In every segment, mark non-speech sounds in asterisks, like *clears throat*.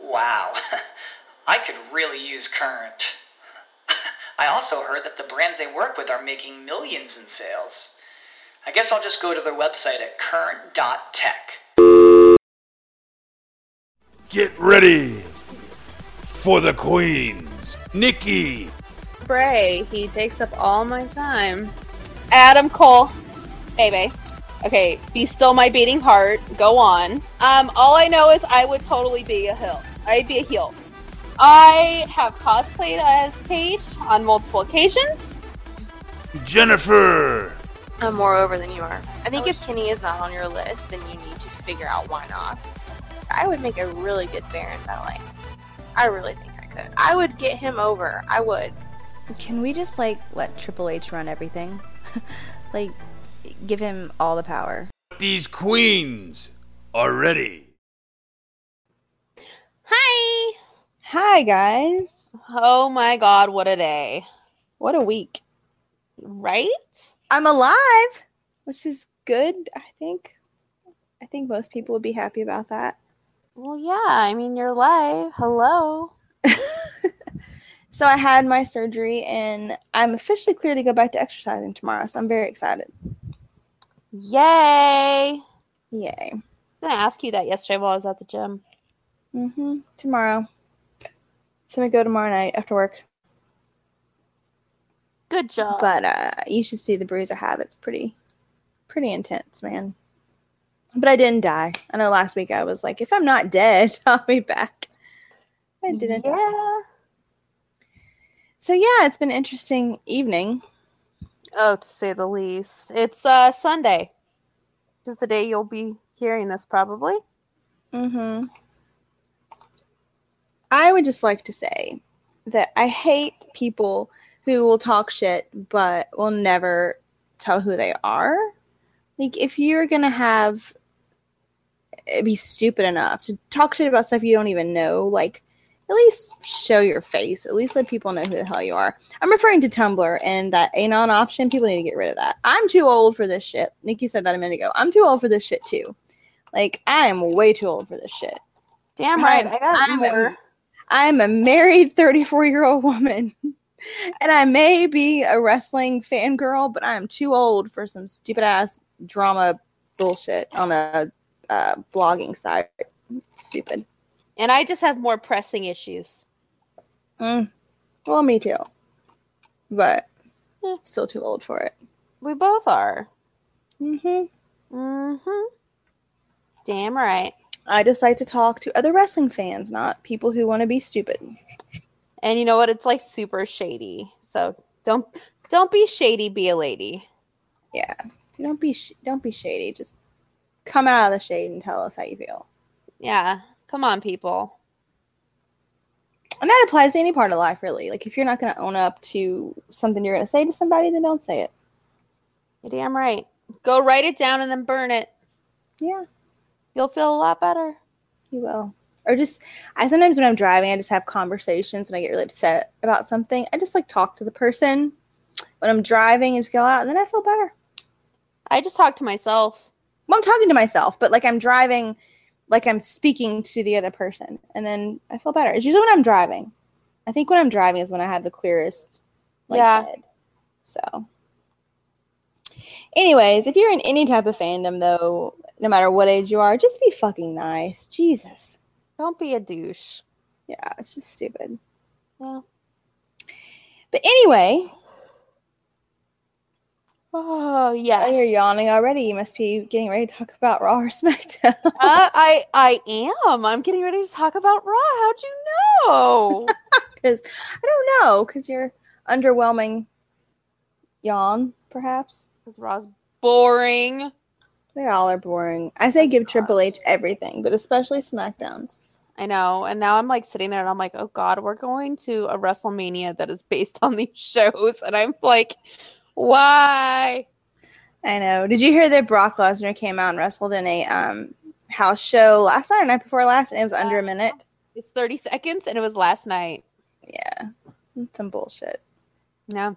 Wow. *laughs* I could really use Current. *laughs* I also heard that the brands they work with are making millions in sales. I guess I'll just go to their website at current.tech. Get ready for the Queens. Nikki. Bray. He takes up all my time. Adam Cole. Maybe. Okay, be still my beating heart. Go on. Um, all I know is I would totally be a heel. I'd be a heel. I have cosplayed as Paige on multiple occasions. Jennifer. I'm more over Uh, than you are. I think if Kenny is not on your list, then you need to figure out why not. I would make a really good Baron Valet. I really think I could. I would get him over. I would. Can we just like let Triple H run everything? *laughs* like give him all the power. These queens are ready. Hi. Hi guys. Oh my god, what a day. What a week. Right? I'm alive, which is good, I think. I think most people would be happy about that. Well, yeah, I mean, you're live. Hello. So I had my surgery and I'm officially clear to go back to exercising tomorrow, so I'm very excited. Yay. Yay. I didn't ask you that yesterday while I was at the gym. Mm-hmm. Tomorrow. So I'm gonna go tomorrow night after work. Good job. But uh you should see the bruise I have. It's pretty pretty intense, man. But I didn't die. I know last week I was like, if I'm not dead, *laughs* I'll be back. I didn't die. Yeah. So yeah, it's been an interesting evening. Oh, to say the least. It's uh Sunday. Which is the day you'll be hearing this probably. Mm-hmm. I would just like to say that I hate people who will talk shit but will never tell who they are. Like if you're gonna have eh, be stupid enough to talk shit about stuff you don't even know, like at least show your face. At least let people know who the hell you are. I'm referring to Tumblr and that anon option. People need to get rid of that. I'm too old for this shit. Nikki said that a minute ago. I'm too old for this shit too. Like I am way too old for this shit. Damn right. I'm- I got I'm more. a- I'm a married 34 year old woman. *laughs* And I may be a wrestling fangirl, but I'm too old for some stupid ass drama bullshit on a uh, blogging site. Stupid. and I just have more pressing issues. Mm. Well, me too. But eh, still too old for it. We both are. hmm Mm-hmm. Damn right. I just like to talk to other wrestling fans, not people who want to be stupid. And you know what? It's like super shady. So don't don't be shady, be a lady. Don't be sh- don't be shady. Just come out of the shade and tell us how you feel. Yeah. Come on, people. And that applies to any part of life, really. Like, if you're not going to own up to something you're going to say to somebody, then don't say it. You're damn right. Go write it down and then burn it. Yeah, You'll feel a lot better. you will. Or just, I sometimes when I'm driving, I just have conversations when I get really upset about something. I just like talk to the person when I'm driving and just go out, and then I feel better. I just talk to myself. Well, I'm talking to myself, but like I'm driving, like I'm speaking to the other person, and then I feel better. It's usually when I'm driving. I think when I'm driving is when I have the clearest, like, Yeah. head. So, anyways, if you're in any type of fandom, though, no matter what age you are, just be fucking nice. Jesus. Don't be a douche. *sighs* Yeah, it's just stupid. Yeah. But anyway, Oh oh, you're yes. yawning already. You must be getting ready to talk about Raw or SmackDown. *laughs* Uh, I I am. I'm getting ready to talk about Raw. How'd you *laughs* know? because I don't know, because you're underwhelming yawn, perhaps. Because Raw's boring. Oh They all are boring. I say give Triple H everything, but especially SmackDowns. I know. And now I'm like sitting there and I'm like, oh God, we're going to a WrestleMania that is based on *laughs* these shows. And I'm like, why? I know. Did you hear that Brock Lesnar came out and wrestled in a um, house show last night or night before last? And it was under a minute. It's 30 seconds and it was last night. Yeah, some bullshit. No.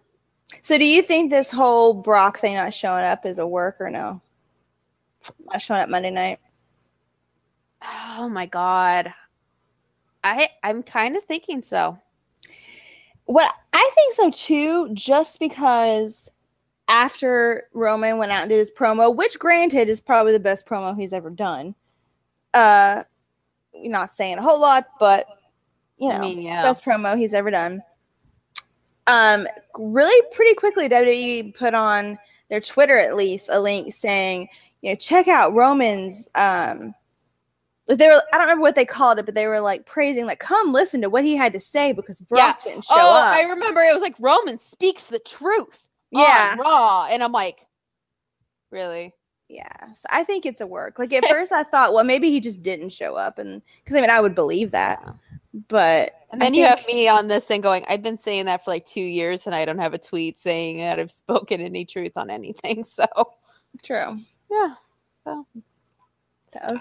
So, do you think this whole Brock thing not showing up is a work or no? Not showing up Monday night. Oh my God. I I'm kind of thinking so. What I think so too, just because after Roman went out and did his promo, which granted is probably the best promo he's ever done. Uh, not saying a whole lot, but you know, I mean, yeah. best promo he's ever done. Um, really pretty quickly, WWE put on their Twitter at least a link saying, you know, check out Roman's. Um, they were I don't remember what they called it, but they were like praising, like, come listen to what he had to say because Brock didn't show oh, up. I remember it was like Roman speaks the truth. on yeah, Raw. And I'm like, really? Yes, I think it's a work. *laughs* Like at first, I thought, well, maybe he just didn't show up, and because I mean, I would believe that, but And I then you have think- me on this and going, I've been saying that for like two years and I don't have a tweet saying that I've *laughs* spoken any truth on anything. *laughs* So, true. yeah. So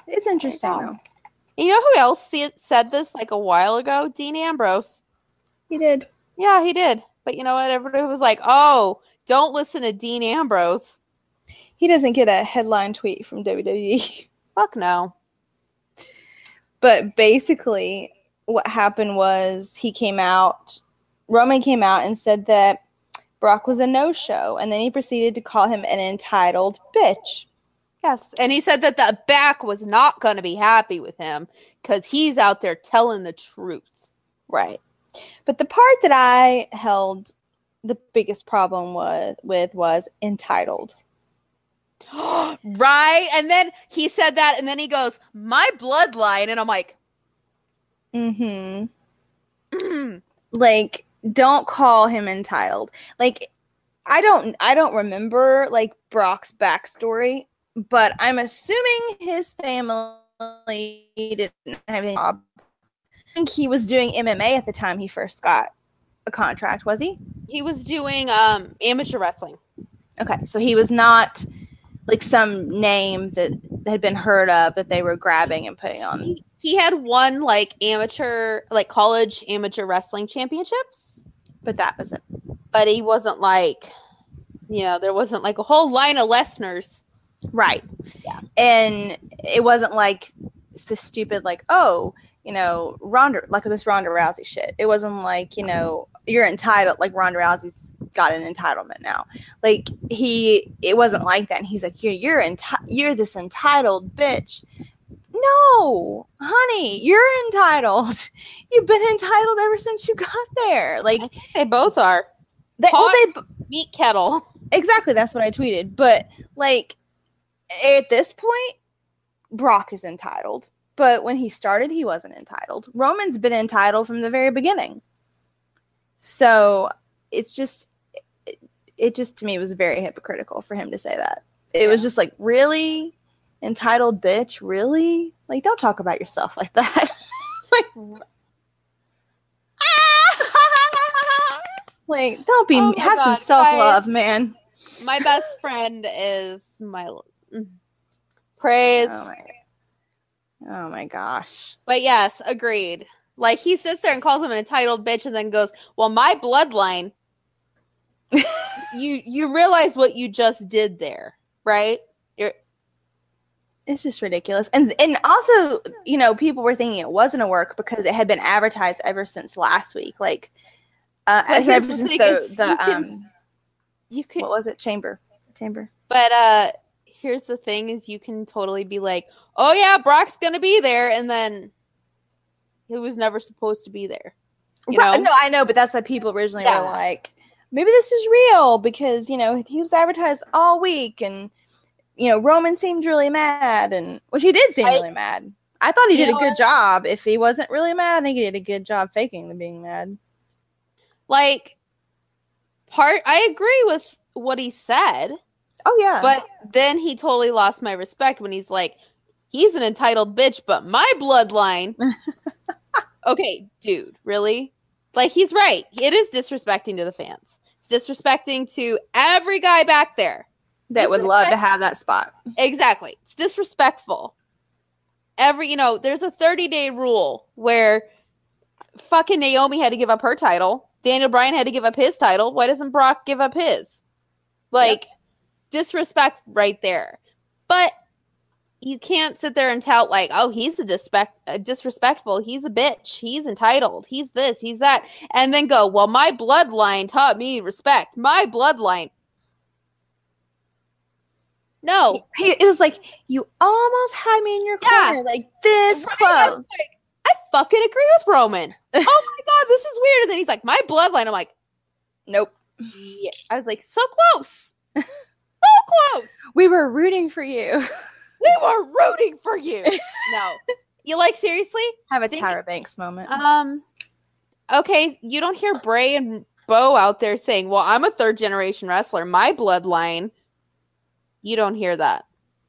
it's interesting know. though. You know who else see- said this like a while ago? Dean Ambrose. He did. Yeah, he did. But you know what? Everybody was like, oh, don't listen to Dean Ambrose. He doesn't get a headline tweet from E. *laughs* WWE, Fuck no. but basically, what happened was he came out. Roman came out and said that Brock was a no-show, and then he proceeded to call him an entitled bitch. Yes. And he said that the back was not going to be happy with him because he's out there telling the truth. *gasps* Right. But the part that I held the biggest problem was with was entitled. right. And then he said that. And then he goes, my bloodline. And I'm like, *clears throat* Mm-hmm. mm, Like, don't call him entitled. Like, I don't I don't remember like Brock's backstory, but I'm assuming his family didn't have any job. I think he was doing MMA at the time he first got a contract, was he? he was doing um, amateur wrestling. Okay, so he was not like some name that had been heard of that they were grabbing and putting on. He, he had won like amateur, like college amateur wrestling championships. But that was it. but he wasn't like you know there wasn't like a whole line of lesners Right. Yeah. And it wasn't like s- the stupid like, oh, you know, Ronda like this Ronda Rousey shit. It wasn't like, you know, you're entitled like Ronda Rousey's got an entitlement now. Like he it wasn't like that. And he's like, You're you're enti- you're this entitled bitch. No, honey, you're entitled. *laughs* You've been entitled ever since you got there. Like they both are they, well, Hot- they b- meat kettle *laughs* exactly that's what i tweeted but like at this point brock is entitled but when he started he wasn't entitled roman's been entitled from the very beginning so it's just it, it just to me was very hypocritical for him to say that it was just like really entitled bitch really like don't talk about yourself like that *laughs* like don't be Oh my have some God, self-love guys. man my best friend is my mm. praise oh my, oh my gosh but yes agreed like he sits there and calls him an entitled bitch and then goes well my *laughs* bloodline you you realize what you just did there right It's just ridiculous. And and also, you know, people were thinking it wasn't a work because it had been advertised ever since last week. Like uh But here's ever the since thing the, is you the can- um you could what was it? Chamber. Chamber. But uh here's the thing is you can totally be like, "Oh yeah, Brock's going to be there." And then he was never supposed to be there. You Right, know? No, I know, but that's why people originally Yeah. were like, maybe this is real because, you know, he was advertised all week and you know, Roman seemed really mad and which he did seem I- really mad. I thought he You did a know good job. If he wasn't really mad, I think he did a good job faking the being mad. Like part I agree with what he said, Oh yeah. but then he totally lost my respect when he's like he's an entitled bitch, but my bloodline. okay, dude, really? Like he's right. It is disrespecting to the fans. It's disrespecting to every guy back there. that would love to have that spot. Exactly. It's disrespectful. Every, you know, there's a 30 day rule where fucking Naomi had to give up her title. Daniel Bryan had to give up his title. Why doesn't Brock give up his? Like, disrespect right there. But you can't sit there and tout, like, oh, he's a, disrespect, a disrespectful. He's a bitch. He's entitled. He's this. He's that. And then go, well, my bloodline taught me respect. My bloodline. No. He, it was like you almost had me in your Yeah. corner, like this Right, I close. was like, I fucking agree with *laughs* Roman. Oh my god, this is weird. And then he's like, my bloodline. I'm like, Nope. yeah. I was like, so *laughs* close, so close. We were rooting *laughs* for you. We were rooting for *laughs* you. No, you like seriously? Have a Think- Tyra Banks moment. Um, okay, you don't hear Bray and Bo out there saying, "Well, I'm a third generation wrestler. My bloodline." You don't hear that.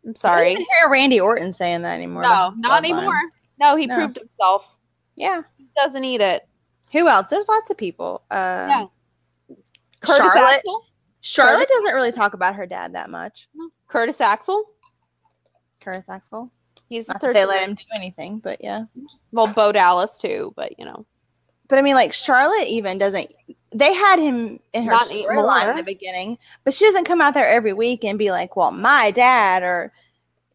I'm I sorry. don't even hear Randy Orton saying that anymore. No, not Bloodline. anymore. No, he No. proved himself. Yeah. He doesn't need it. Who else? There's lots of people. Um, Yeah. Curtis Charlotte. Axel? Charlotte doesn't really talk about her dad that much. Curtis Axel. Curtis Axel. He's the Not that third. they let generation. him do anything, but yeah. Well, Bo Dallas too, but you know, But I mean, like Charlotte even doesn't. They had him in her Not anymore. storyline in the beginning, but she doesn't come out there every week and be like, "Well, my dad," or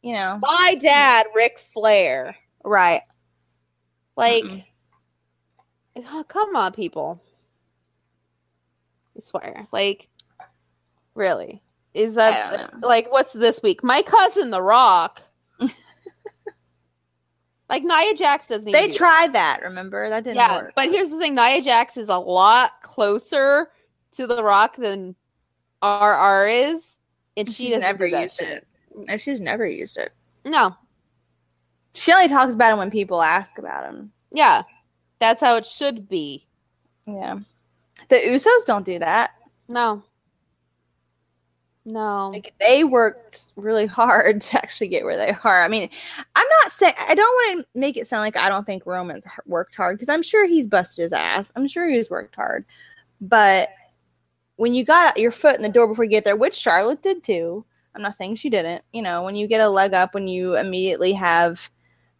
you know, my dad, Ric Flair. right? Like, Mm-mm. oh, come on, people. I swear, like, really, is I that don't like what's this week? My cousin, The *laughs* Rock. like Nia Jax doesn't. Even They do that. tried that. Remember that didn't yeah, work. but here's the thing: Nia Jax is a lot closer to The Rock than RR is, and she she's doesn't never do that used shit. it. No, she's never used it. No, She only talks about him when people ask about him. yeah, that's how it should be. Yeah, the Usos don't do that. No. No. Like they worked really hard *laughs* to actually get where they are. I mean, I'm not saying I don't want to make it sound like I don't think Roman's h- worked hard because I'm sure he's busted his ass. I'm sure he's worked hard, but when you got your foot in the door before you get there, which Charlotte did too. I'm not saying she didn't. You know, when you get a leg up, when you immediately have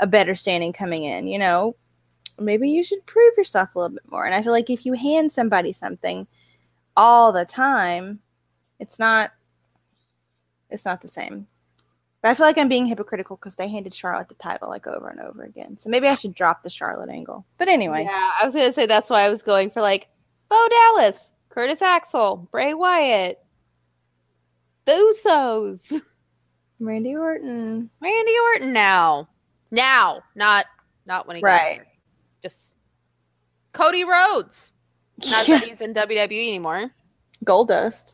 a better standing coming in, you know, maybe you should prove yourself a little bit more. And I feel like if you hand somebody something all the time, it's not it's not the same. But I feel like I'm being hypocritical because they handed Charlotte the title like over and over again. So maybe I should drop the Charlotte angle. But anyway, Yeah, I was gonna say that's why I was going for like Bo Dallas, Curtis Axel, Bray Wyatt, the Usos, Randy Orton. *laughs* Randy Orton now. Now, not not when he got Right. here. Just Cody Rhodes. Not Yeah. that he's in WWE anymore. Goldust.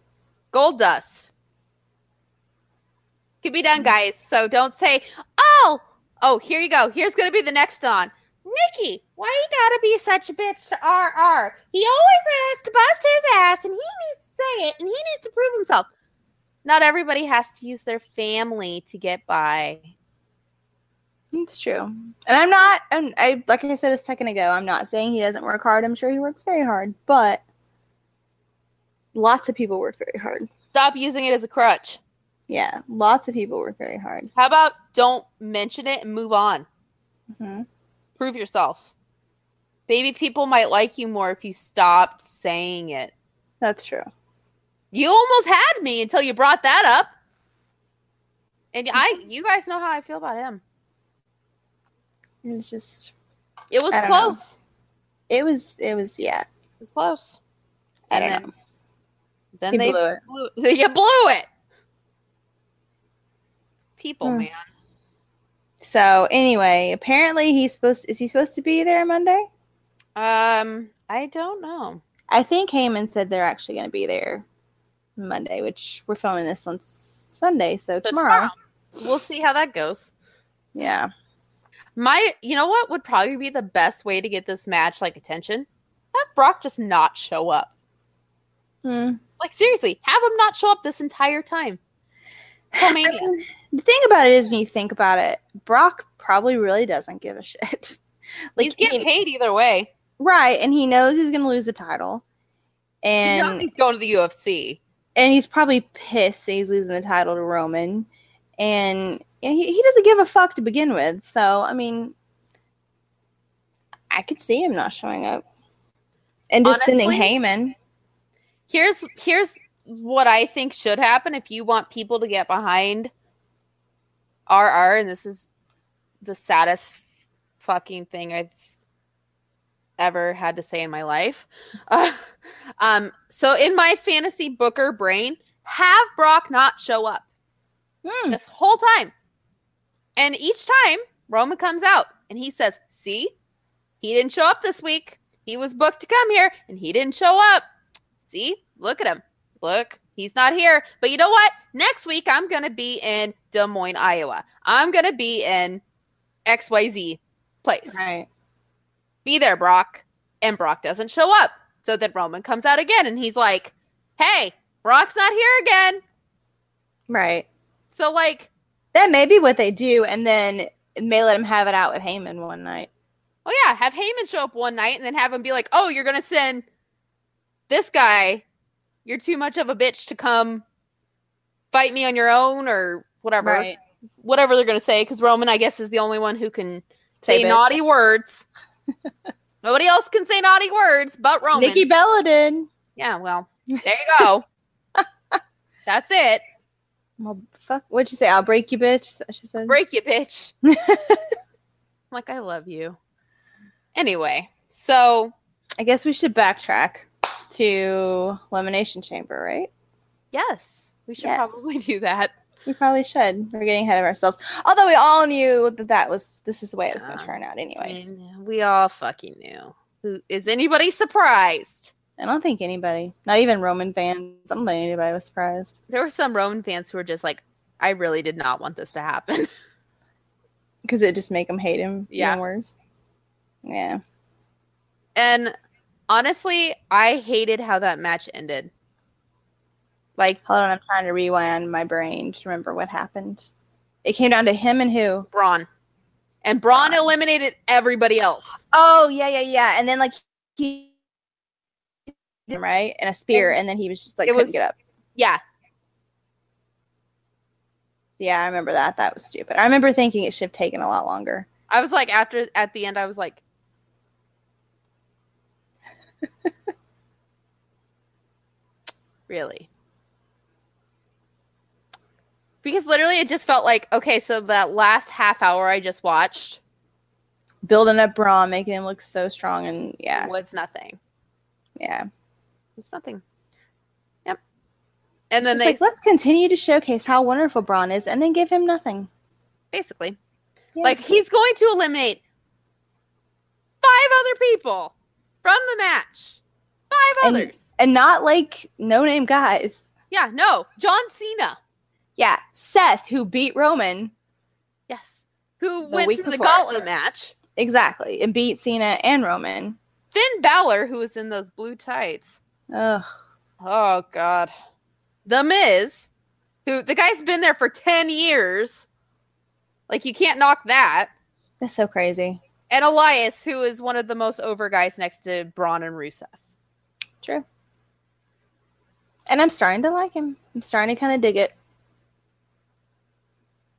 Gold dust. Could be done, guys. So don't say, oh, oh, here you go. Here's going to be the next on. Nikki, why you got to be such a bitch to RR? He always has to bust his ass and he needs to say it and he needs to prove himself. Not everybody has to use their family to get by. It's true. And I'm not, I'm, I, like I said a second ago, I'm not saying he doesn't work hard. I'm sure he works very hard, but lots of people work very hard. Stop using it as a crutch. Yeah, lots of people work very hard. How about don't mention it and move on? hmm Prove yourself. Maybe people might like you more if you stopped saying it. That's true. You almost had me until you brought that up. And I Mm-hmm. you guys know how I feel about him. It's just, It was I don't know. close. it was, it was, yeah. It was close. I And don't then- know. Then He they blew it. blew you blew it. *laughs* People, Hmm. man. So anyway, apparently he's supposed, is he supposed to be there Monday? Um, I don't know. I think Heyman said they're actually going to be there Monday, which we're filming this on S- Sunday, so So tomorrow. tomorrow. We'll see how that goes. Yeah. My you know what would probably be the best way to get this match like attention? Have Brock just not show up. Hmm. Like seriously, have him not show up this entire time. *sighs* Hulkamania. The thing about it is, when you think about it, Brock probably really doesn't give a *laughs* shit. like, He's getting he- paid either way. right, and he knows he's going to lose the title, He and knows he's going to the UFC. and he's probably pissed that he's losing the title to Roman, and and he, he doesn't give a fuck to begin with. So I mean, I could see him not showing up, and just sending Honestly- Heyman. Here's here's what I think should happen if you want people to get behind RR, and this is the saddest fucking thing I've ever had to say in my life. *laughs* Uh, um, so in my fantasy booker brain, have Brock not show up. Hmm. this whole time. And each time Roman comes out and he says, See, he didn't show up this week. He was booked to come here and he didn't show up. See, look at him. Look, he's not here. But you know what? Next week, I'm going to be in Des Moines, Iowa. I'm going to be in XYZ place. Right. Be there, Brock. And Brock doesn't show up. So then Roman comes out again and he's like, Hey, Brock's not here again. Right. So, like, That may be what they do, and then it may let him have it out with Heyman one night. Oh yeah, have Heyman show up one night and then have him be like, "Oh, you're gonna send this guy. You're too much of a bitch to come fight me on your own or whatever, whatever they're gonna say." Because Roman, I guess, is the only one who can say, Say bitch. naughty *laughs* words. Nobody else can say naughty words but Roman. Nikki Bella did. Yeah, *laughs* well, there you go. That's it. Well, fuck. What'd you say? I'll break you, bitch. She said. break you, *laughs* bitch. I'm like, I love you. Anyway, so I guess we should backtrack to Elimination Chamber, right? yes, we should Yes. probably do that. We probably should. We're getting ahead of ourselves. Although we all knew that that was this is the way it was going to Yeah. turn out, I anyways. knew- we all fucking knew. Who is anybody surprised? I don't think anybody, not even Roman fans, I don't think anybody was surprised. There were some Roman fans who were just like, I really did not want this to happen. *laughs* because it just make them hate him. Yeah. even worse. Yeah, and honestly, I hated how that match ended. Like hold on. I'm trying to rewind my brain to remember what happened. It came down to him and who? Braun. And Braun Braun. eliminated everybody else. Oh yeah, yeah, yeah. And then like he, right, and a spear, and then he was just like It couldn't was- get up. Yeah. Yeah, I remember that. That was stupid. I remember thinking it should have taken a lot longer. I was like after at the end I was like *laughs* Really? Because literally it just felt like okay, so that last half hour I just watched Building up Braun, making him look so strong, and yeah, was nothing. yeah. It was nothing. Yep. And then It's they like, let's continue to showcase how wonderful Braun is, and then give him nothing. basically Yeah. like he's going to eliminate five other people from the match. Five And- others. and not like no name guys. Yeah, no. John Cena. Yeah, Seth who beat Roman Yes. Who The went week through the before. gauntlet match. exactly, and beat Cena and Roman. Finn Balor, who was in those blue tights. Ugh, Oh god. The Miz, who the guy's been there for ten years. Like you can't knock that. that's so crazy. And Elias, who is one of the most over guys next to Braun and Rusev. True. And I'm starting to like him. I'm starting to kind of dig it.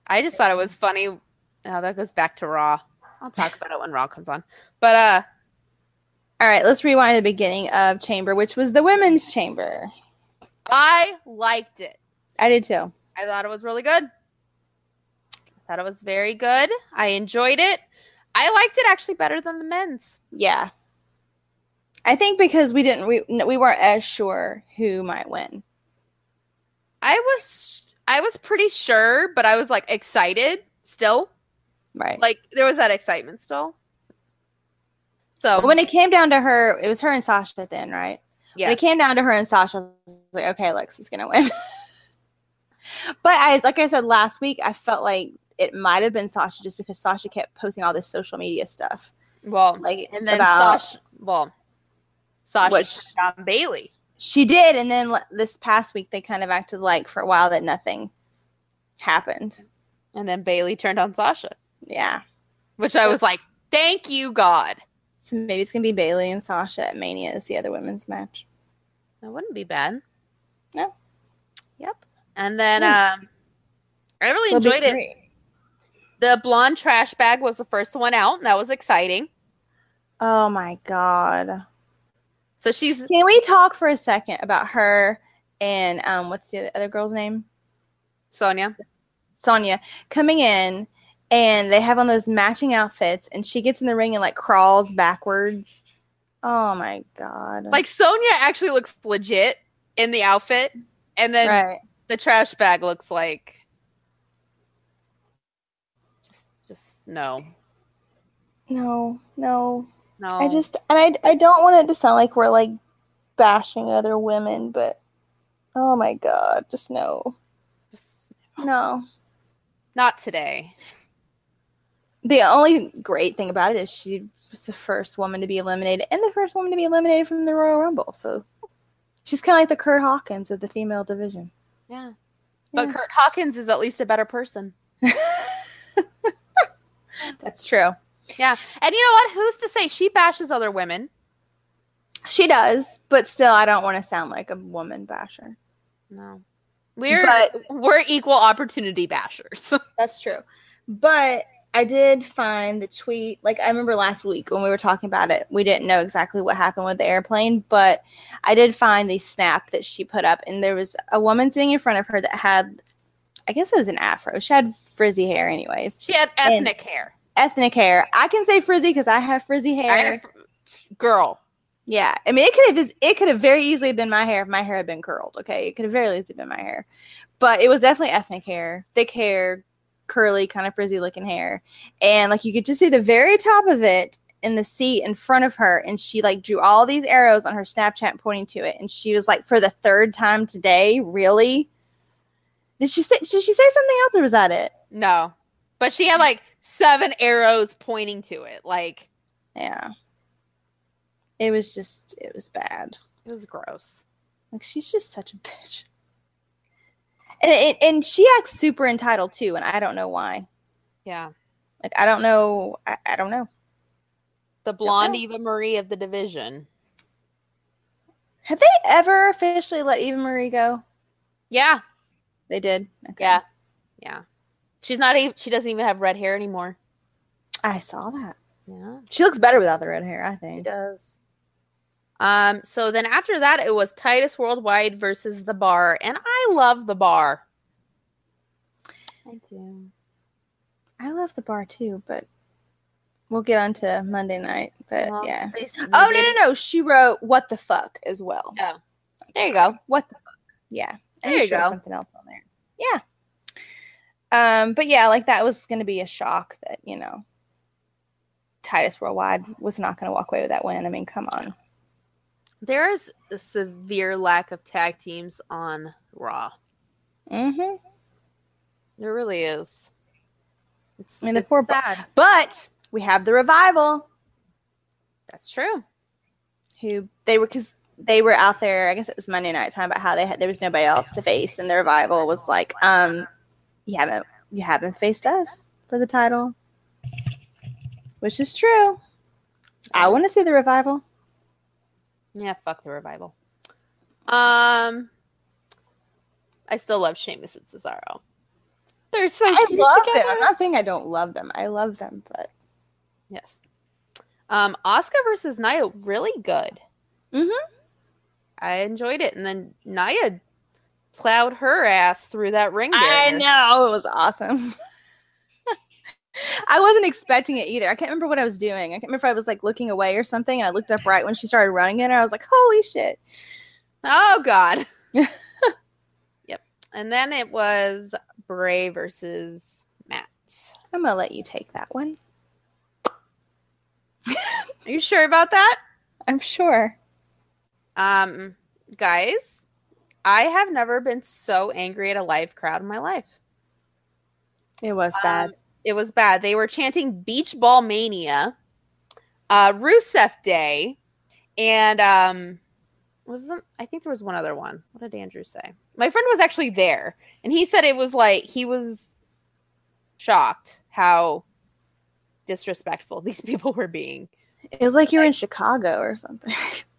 I just thought it was funny. Oh, that goes back to Raw. I'll talk about it when Raw comes on. But uh All right, let's rewind to the beginning of Chamber, which was the women's chamber. I liked it. I did too. I thought it was really good. I thought it was very good. I enjoyed it. I liked it actually better than the men's. Yeah. I think because we didn't we n- we weren't as sure who might win. I was I was pretty sure, but I was like excited still. Right. Like there was that excitement still. So when it came down to her, it was her and Sasha then, right? yes. When it came down to her and Sasha, I was like, okay, Lex is gonna win. *laughs* but I like I said last week, I felt like it might have been Sasha just because Sasha kept posting all this social media stuff. well, Like and then about- Sasha. Well, Sasha What- turned on Bailey. She did, and then l- this past week they kind of acted like for a while that nothing happened. And then Bailey turned on Sasha, Yeah. which I was like, thank you, God. So maybe it's gonna be Bailey and Sasha at Mania is the other women's match. That wouldn't be bad. No. Yep. And then Hmm. um, I really It'll be enjoyed it. great. The blonde trash bag was the first one out, and that was exciting. Oh my god. So she's Can we talk for a second about her and um what's the other girl's name? Sonia. Sonia coming in and they have on those matching outfits and she gets in the ring and like crawls backwards. Oh my god. Like Sonia actually looks legit in the outfit, and then right. the trash bag looks like just just no. No, no. No. I just and I I don't want it to sound like we're like bashing other women, but oh my god, just no. just No. not today. The only great thing about it is she was the first woman to be eliminated and the first woman to be eliminated from the Royal Rumble. So she's kind of like the Kurt Hawkins of the female division. Yeah. But Yeah. Kurt Hawkins is at least a better person. That's true. And you know what? Who's to say she bashes other women? She does, but still, I don't want to sound like a woman basher. No. We're But- we're equal opportunity bashers. *laughs* That's true. But I did find the tweet. Like, I remember last week when we were talking about it, we didn't know exactly what happened with the airplane, but I did find the snap that she put up. And there was a woman sitting in front of her that had, I guess it was an afro. She had frizzy hair, anyways. she had And- ethnic hair. Ethnic hair. I can say frizzy because I have frizzy hair. I- girl. Yeah, I mean, it could have it could have very easily been my hair if my hair had been curled. Okay, it could have very easily been my hair, but it was definitely ethnic hair, thick hair, curly, kind of frizzy looking hair, and like you could just see the very top of it in the seat in front of her, and she like drew all these arrows on her Snapchat pointing to it, and she was like, for the third time today, really? Did she say? Did she say something else, or was that it? No. But she had like seven arrows pointing to it. Like Yeah, it was just it was bad. it was gross. Like she's just such a bitch. And, and and she acts super entitled too, and I don't know why. Yeah. Like I don't know. I, I don't know. The blonde Eva Marie of the division. Have they ever officially let Eva Marie go? Yeah. They did. Okay. Yeah. Yeah. She's not even she doesn't even have red hair anymore. I saw that. Yeah. She looks better without the red hair. I It think. does. Um, so then after that, it was Titus Worldwide versus the bar, and I love the bar. I do. I love the bar too, but we'll get on to Monday night. But yeah. Oh oh no no no! She wrote "What the fuck" as well. Yeah. There you go. What the fuck? Yeah. I There think you she has go. Something else on there. Yeah. Um, but yeah, like that was going to be a shock that you know Titus Worldwide was not going to walk away with that win. I mean, come on. There is a severe lack of tag teams on Raw. hmm There really is. It's, I mean, the it's poor bar- sad. But we have the revival That's true. who they were because they were out there. I guess it was Monday night time about how they had there was nobody else to face, and the revival was like, um, you haven't you haven't faced us for the title, which is true. I want to see the revival. Yeah, fuck the revival. Um, I still love Sheamus and Cesaro. They're so I cute love together. them. I'm not saying I don't love them. I love them, but Yes. Um, Oscar versus Naya, really good. Mhm. I enjoyed it, and then Naya plowed her ass through that ring. barrier. know Oh, it was awesome. *laughs* I wasn't expecting it either. I can't remember what I was doing. I can't remember if I was like looking away or something, and I looked up right when she started running it, and I was like, "Holy shit!" Oh God. yep. And then it was Bray versus Matt. I'm gonna let you take that one. Are you sure about that? I'm sure. Um, guys, I have never been so angry at a live crowd in my life. It was Um, it was bad. They were chanting Beach Ball Mania, uh, Rusev Day, and um, wasn't I think there was one other one. What did Andrew say? my friend was actually there, and he said it was like he was shocked how disrespectful *laughs* these people were being. It was like you're in Chicago *laughs* or something.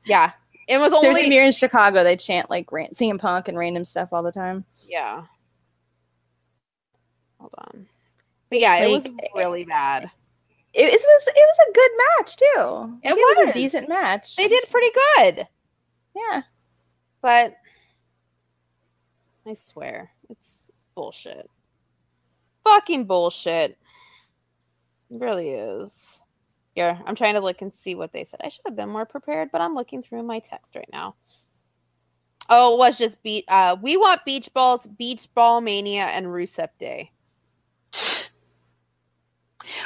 Yeah, it was Seriously, if only you're in Chicago, they chant like ran- CM Punk and random stuff all the time. yeah. Hold on, but yeah, it was Like- really bad. It, it was it was a good match too. It Like, was. was. a decent match. They did pretty good. yeah. But I swear, it's bullshit. Fucking bullshit. It really is. Here, I'm trying to look and see what they said. I should have been more prepared, but I'm looking through my text right now. Oh, it was just beat. Uh, we want beach balls, beach ball mania, and Rusev Day.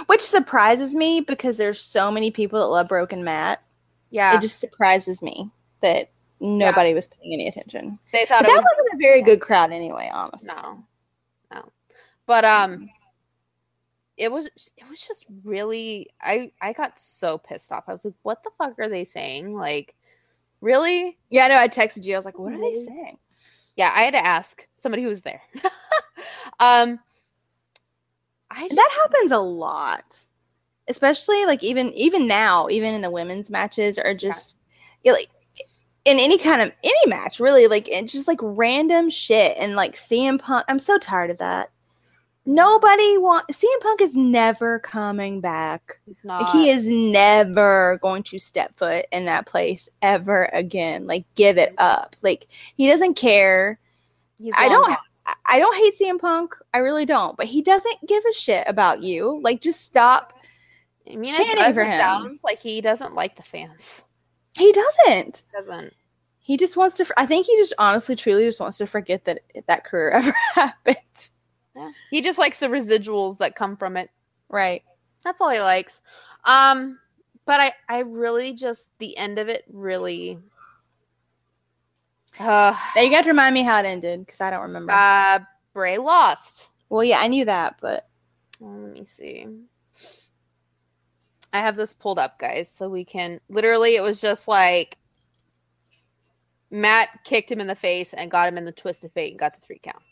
Which surprises me because there's so many people that love Broken Matt. Yeah, It just surprises me that nobody was paying any attention. they But thought it that was wasn't a very good crowd anyway, honestly. No, no. But Mm-hmm. um, it was it was just really I I got so pissed off. I was like, what the fuck are they saying? Like, really? Yeah, I know. I texted you. I was like, what are they Mhm. saying? Yeah, I had to ask somebody who was there. *laughs* um, I just, that happens a lot especially like even even now even in the women's matches or just yeah, like in any kind of any match really like it's just like random shit and like CM Punk I'm so tired of that Mm-hmm. nobody want CM Punk is never coming back he's like not. he is never going to step foot in that place ever again like give it up like he doesn't care he's I long don't. gone. I- I don't hate CM Punk. I really don't. But he doesn't give a shit about you. Like, just stop. I mean, standing it for for him. sounds like he doesn't like the fans. He doesn't. He doesn't. He just wants to. I think he just honestly, truly, just wants to forget that that career *laughs* ever happened. Yeah. He just likes the residuals that come from it. Right. That's all he likes. Um, but I, I really just the end of it really. Uh, Now you got to remind me how it ended because I don't remember. uh Bray lost. well, yeah, I knew that, but Well, let me see. I have this pulled up, guys, so we can literally. It was just like Matt kicked him in the face and got him in the twist of fate and got the three count.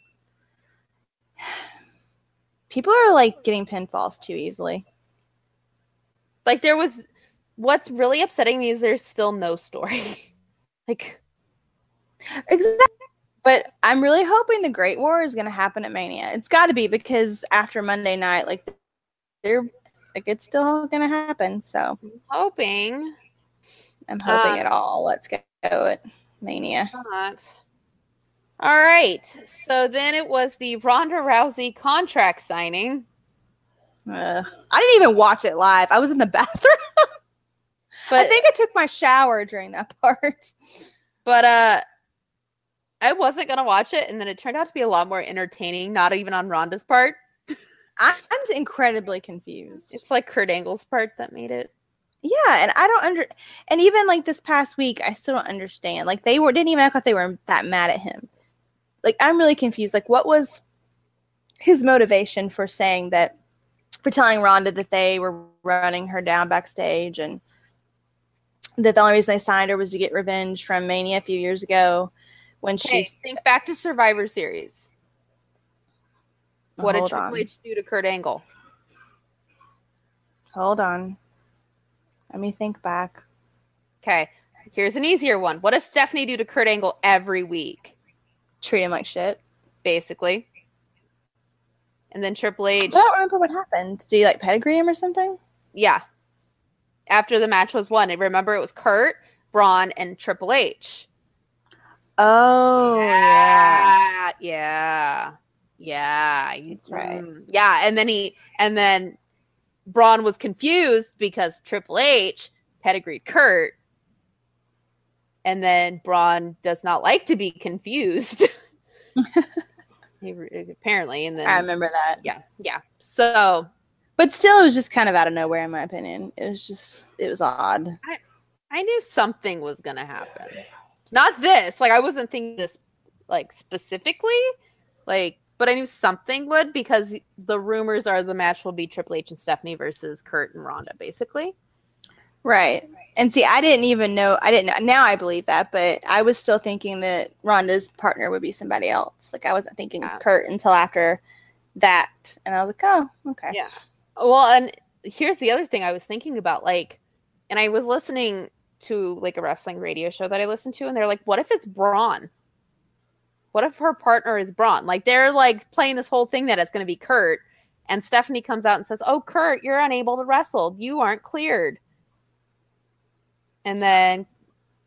people are like getting pinfalls too easily. Like there was. What's really upsetting me is there's still no story. *laughs* like Exactly. But I'm really hoping the Great War is going to happen at Mania. It's got to be because after Monday night, like they're like it's still going to happen. So hoping I'm hoping Um, it all. Let's go at Mania. not. All right. So then it was the Ronda Rousey contract signing. Ugh. I didn't even watch it live. I was in the *laughs* bathroom. But I think I took my shower during that *laughs* part. but uh I wasn't gonna watch it, and then it turned out to be a lot more entertaining, not even on Ronda's part. I, I'm incredibly confused. It's like Kurt Angle's part that made it. Yeah, and I don't under and even like this past week, I still don't understand. Like they were didn't even act like they were that mad at him. Like I'm really confused. Like what was his motivation for saying that for telling Rhonda that they were running her down backstage and that the only reason they signed her was to get revenge from Mania a few years ago when Okay, she's think back to Survivor Series. What did Hold Triple on. H do to Kurt Angle? hold on. Let me think back. Okay, here's an easier one. What does Stephanie do to Kurt Angle every week, Treat him like shit. basically? And then Triple H. I don't remember what happened. Did you like pedigree him or something? Yeah. After the match was won. And remember, it was Kurt, Braun, and Triple H. Oh yeah. Yeah. Yeah. You- That's right. mm, Yeah. And then he, and then Braun was confused because Triple H pedigreed Kurt. And then Braun does not like to be *laughs* confused. *laughs* He re- apparently. And then, I remember that. yeah. Yeah. So But still, it was just kind of out of nowhere, in my opinion. It was just, it was odd. I knew something was gonna happen. Not this. Like I wasn't thinking this like specifically. Like, but I knew something would because the rumors are the match will be Triple H and Stephanie versus Kurt and Ronda, basically. Right. And see, I didn't even know. I didn't know. Now I believe that, but I was still thinking that Rhonda's partner would be somebody else. Like I wasn't thinking Yeah. Kurt until after that, and I was like, oh, okay. Yeah. Well, and here's the other thing I was thinking about like and I was listening to like a wrestling radio show that I listened to and they're like what if it's Braun? What if her partner is Braun? Like they're like playing this whole thing that it's going to be Kurt and Stephanie comes out and says, "Oh Kurt, you're unable to wrestle. You aren't cleared." And then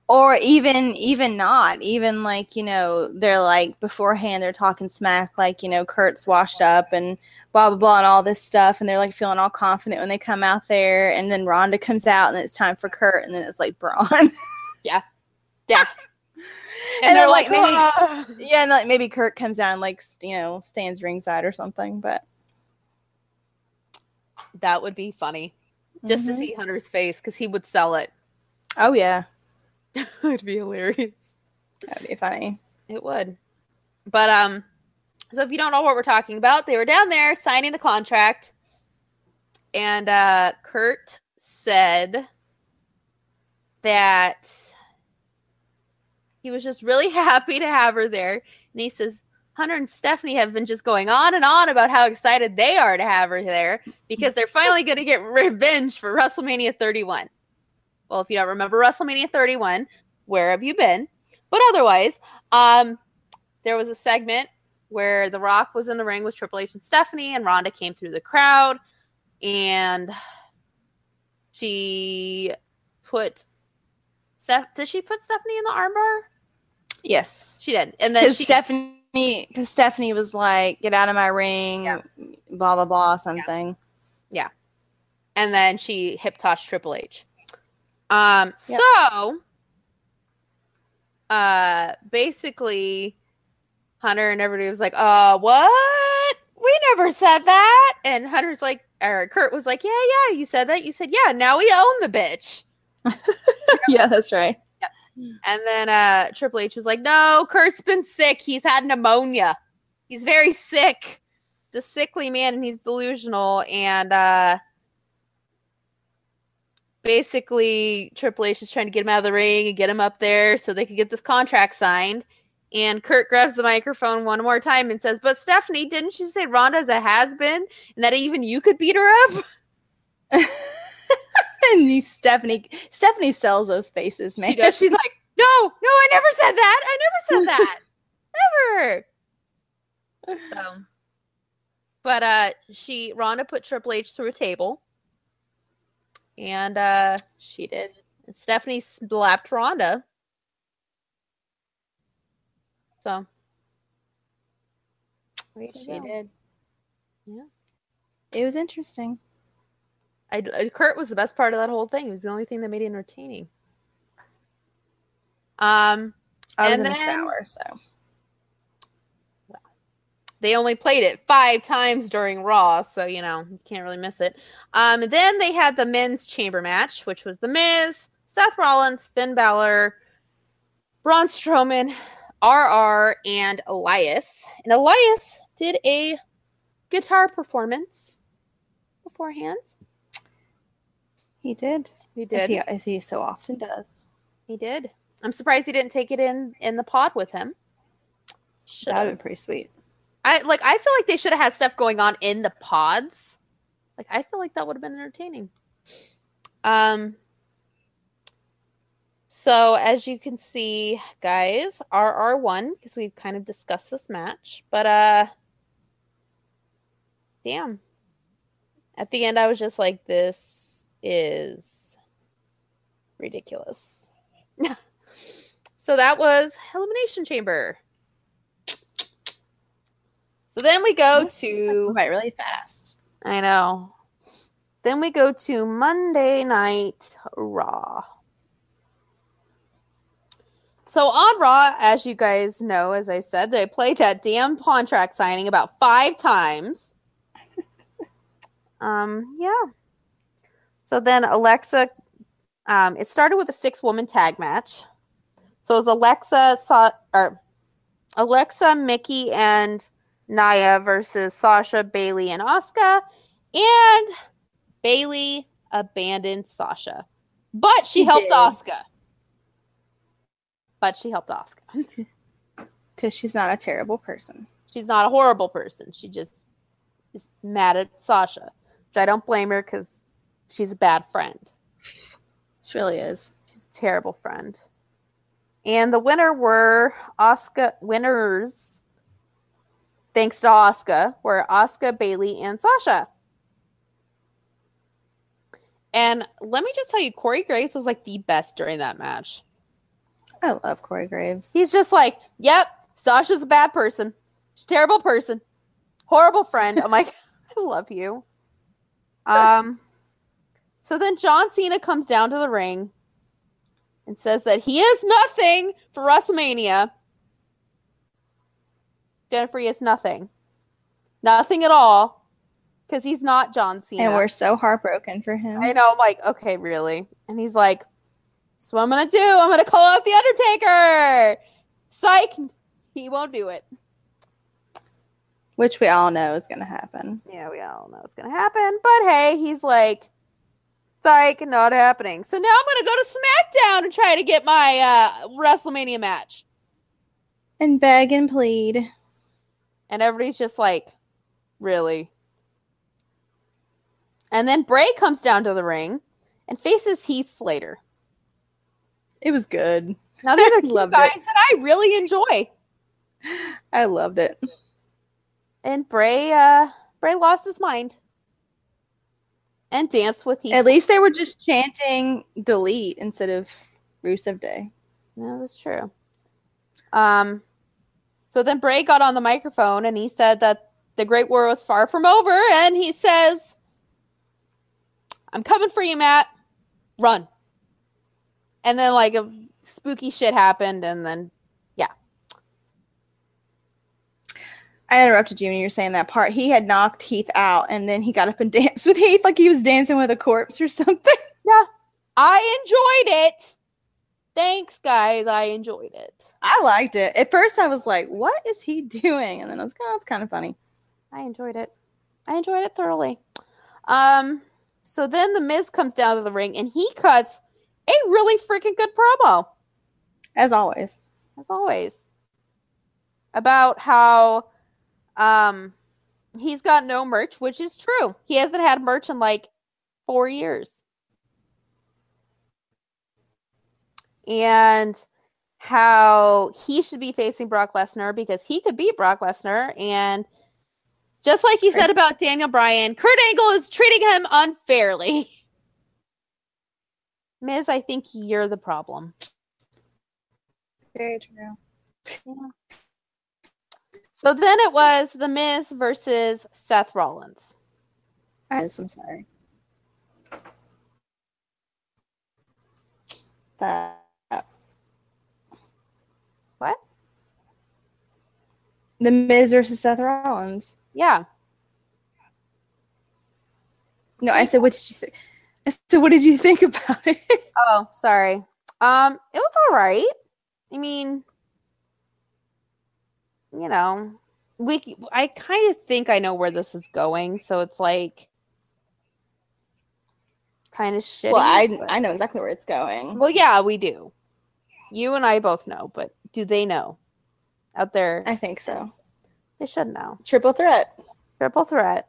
Or even even not even like you know they're like beforehand they're talking smack like you know Kurt's washed up and blah blah blah and all this stuff and they're like feeling all confident when they come out there and then Rhonda comes out and it's time for Kurt and then it's like Braun *laughs* and, and, they're like, maybe "Ah." Yeah, and like maybe Kurt comes down, like s- you know, stands ringside or something. But that would be funny just Mhm. to see Hunter's face cuz he would sell it. oh *laughs* yeah, It'd be hilarious. that'd be funny. It would. But um so if you don't know what we're talking about, they were down there signing the contract and uh Kurt said that he was just really *laughs* happy to have her there. And he says Hunter and Stephanie have been just going on and on about how excited they are to have her there because they're finally going to get revenge for WrestleMania 31. Well, if you don't remember WrestleMania 31, where have you been? But otherwise, um, there was a segment where The Rock was in the ring with Triple H and Stephanie, and Rhonda came through the crowd, and she put Steph. Did she put Stephanie in the armbar? Yes, She did, and then because she Stephanie, because Stephanie was like, "Get out of my ring," Yeah. blah blah blah, something. and then she hip tossed Triple H. Um, Yep. so uh basically Hunter and everybody was like, uh, what? We never said that. And Hunter's like, or Kurt was like, Yeah, yeah, you said that. You said, Yeah, now we own the bitch. Yeah, that's right. And then uh Triple H was like, No, Kurt's been sick. He's had pneumonia. He's very sick. The sickly man and he's delusional. And uh basically Triple H is trying to get him out of the ring and get him up there so they could get this contract signed. And Kurt grabs the microphone one more time and says, But Stephanie, didn't you say Rhonda's a has been and that even you could beat her up? *laughs* And these Stephanie, Stephanie sells those faces, man. She does. She's like, no, no, I never said that. I *laughs* never said that. never. So, but uh, she Rhonda put Triple H through a table, and uh, She did. Stephanie slapped Rhonda. So, way to She go. did. Yeah. It was interesting. I, uh, Kurt was the best part of that whole thing. He was the only thing that made it entertaining. Um, I was And in the then- shower, so they only played it five times during Raw, so you know you can't really miss it. Um, then they had the men's chamber match, which was The Miz, Seth Rollins, Finn Balor, Braun Strowman, RR, and Elias. And Elias did a guitar performance beforehand. he did. He As he, as he so often does. He did. I'm surprised he didn't take it in in the pod with him. Should That would be pretty sweet. I like I feel like they should have had stuff going on in the pods. Like I feel like that would have been entertaining. Um so as you can see, guys, RR1 because we've kind of discussed this match, but uh damn. At the end I was just like this is ridiculous. *laughs* so that was Elimination Chamber. So then we go to Went by really fast. I know. Then we go to Monday Night Raw. So on Raw, as you guys know, as I said, they played that damn contract signing about five times. um, yeah. So then Alexa, um, it started with a six-woman tag match. So it was Alexa saw or Alexa, Mickey, and Naya versus Sasha, Bailey, and Asuka. And Bailey abandoned Sasha. But she She helped did. Oscar. But she helped Oscar. because she's not a terrible person. She's not a horrible person. She just is mad at Sasha, which I don't blame her because she's a bad friend. She really is. She's a terrible friend. And the winner were Oscar winners, thanks to Oscar, were Oscar Bailey and Sasha. And let me just tell you, Corey Graves was like the best during that match. I love Corey Graves. He's just like, "Yep, Sasha's a bad person. She's a terrible person, horrible friend." I'm like, *laughs* "I love you." Um. So then John Cena comes down to the ring and says that he is nothing for WrestleMania. Jennifer is nothing, nothing at all, because he's not John Cena. And we're so heartbroken for him. I know. I'm like, okay, really? And he's like, so what I'm gonna do? I'm gonna call out the Undertaker. Psych. He won't do it. Which we all know is going to happen. Yeah, we all know it's gonna happen. But hey, he's like, psych, not happening. So now I'm gonna go to SmackDown and try to get my uh, WrestleMania match. And beg and plead. And everybody's just like, really? And then Bray comes down to the ring and faces Heath Slater. It was good. Now *laughs* these are two Loved it. guys that I really enjoy. I loved it. And Bray, uh, Bray lost his mind and danced with Heath. At least they were just chanting delete instead of Rusev Day. no, that's true. Um, so then Bray got on the microphone and he said that the Great War was far from over, and he says, "I'm coming for you, Matt. Run." And then like a spooky shit happened, and then I interrupted you when you were saying that part. He had knocked Heath out and then he got up and *laughs* danced with Heath like he was dancing with a corpse or *laughs* something. I enjoyed it. Thanks, guys. I enjoyed it. I liked it. At first, I was like, what is he *laughs* doing? And then I was like, oh, it's kind of funny. I enjoyed it. I enjoyed it thoroughly. Um, so then the Miz comes down to the ring and he cuts a really freaking good promo, As always. as always, about how um he's got no merch, which is true. He hasn't had merch in like four years. And how he should be facing Brock Lesnar because he could beat Brock Lesnar. And just like he said about Daniel Bryan, Kurt Angle is treating him unfairly. *laughs* Miz, I think you're the problem. Very true. So then it was The Miz versus Seth Rollins. I am sorry. That What? The Miz versus Seth Rollins. Yeah. No, I said, what did you think? I said, what did you think about it? Oh, sorry. Um, it was all right. I mean, you know, we. c- I kind of think I know where this is going, so it's like kind of shitty. well, I, but- I know exactly where it's going. Well, yeah, we do. You and I both know, but do they know? Out there, I think so. they should know. Triple threat. Triple threat.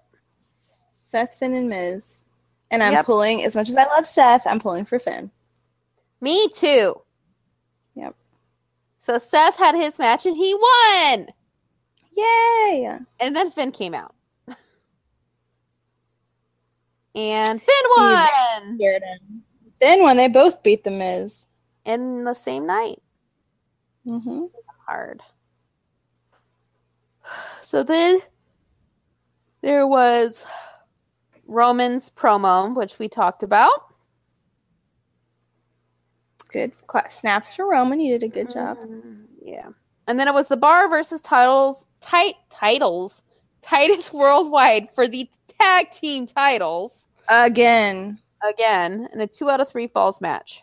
Seth, Finn, and Miz. And I'm Yep. pulling, as much as I love Seth, I'm pulling for Finn. Me too. Yep. So Seth had his match and he won, Yay! and then Finn came out, *laughs* and Finn Yeah. won Then when they both beat the Miz. in the same night. Mm-hmm. Hard. So then there was Roman's promo, which we talked about. Good cla- snaps for Roman. You did a good job. Mm, Yeah. And then it was the bar versus titles, tight titles, *laughs* Titus Worldwide for the tag team titles Again. again in a two out of three falls match.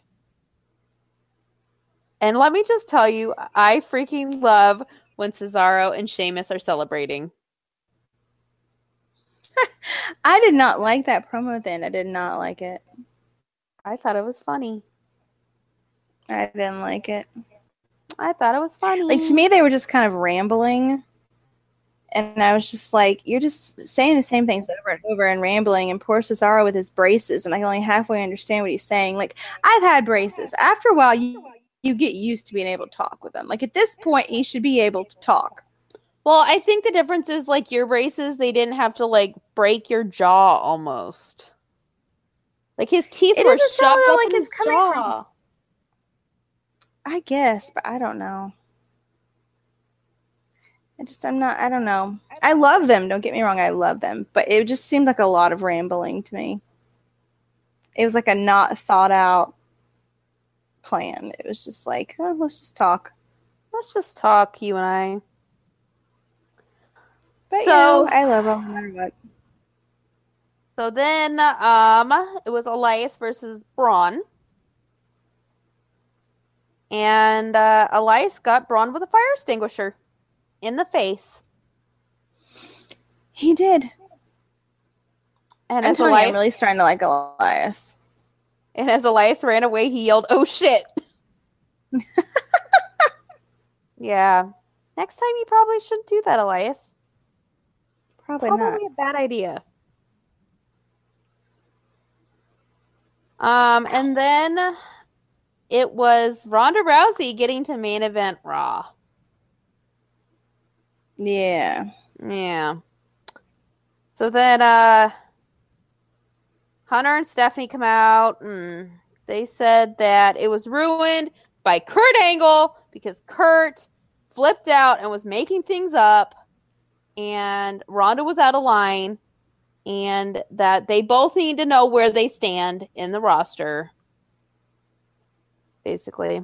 And let me just tell you, I freaking love when Cesaro and Sheamus are celebrating. I did not like that promo then. I did not like it. I thought it was funny. I didn't like it. I thought it was funny. Like to me, they were just kind of rambling, and I was just like, "You're just saying the same things over and over and rambling." And poor Cesaro with his braces, and I can only halfway understand what he's saying. Like I've had braces. After a while, you you get used to being able to talk with them. Like at this point, he should be able to talk. Well, I think the difference is like your braces, they didn't have to like break your jaw almost. Like his teeth It were doesn't shoved sound up like in it's his coming jaw. from- I guess, but I don't know. I just I'm not I don't know. I love them, don't get me wrong, I love them, but it just seemed like a lot of rambling to me. It was like a not thought out plan. It was just like, oh, let's just talk. Let's just talk, you and I. But So- so I love them no matter what. So then um it was Elias versus Braun. And uh, Elias got Braun with a fire extinguisher in the face. He did. And I'm as telling you, Elias I'm really starting to like Elias. and as Elias ran away, he yelled, "Oh *laughs* shit!" yeah. Next time you probably shouldn't do that, Elias. Probably, not. probably a bad idea. Um, and then it was Ronda Rousey getting to main event Raw. Yeah. Yeah. So then uh Hunter and Stephanie come out and they said that it was ruined by Kurt Angle because Kurt flipped out and was making things up and Ronda was out of line and that they both need to know where they stand in the roster. Basically.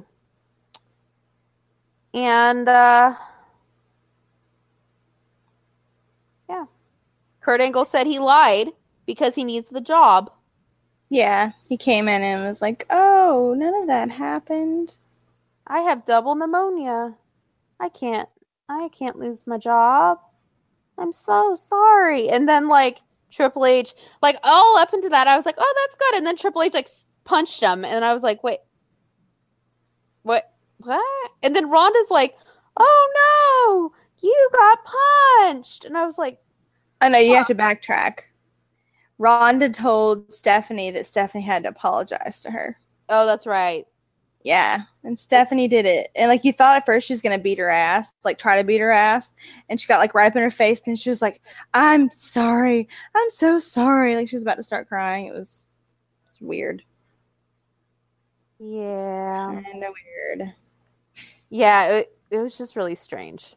And uh Kurt Angle said he lied because he needs the job. Yeah. He came in and was like, Oh, none of that happened. I have double pneumonia. I can't I can't lose my job. I'm so sorry. And then like Triple H, like all up into that, I was like, oh, that's good. And then Triple H like s- punched him, and I was like, wait, what, what? And then Ronda's like, oh no, you got punched, and I was like, I know Oh, you have to backtrack. Rhonda told Stephanie that Stephanie had to apologize to her. oh, that's right. Yeah. And Stephanie did it. And like you thought at first she was gonna beat her ass, like try to beat her ass. And she got like right up in her face and she was like, I'm sorry. I'm so sorry. Like she was about to start crying. It was it was weird. Yeah. Kinda weird. Yeah, it, it was just really strange.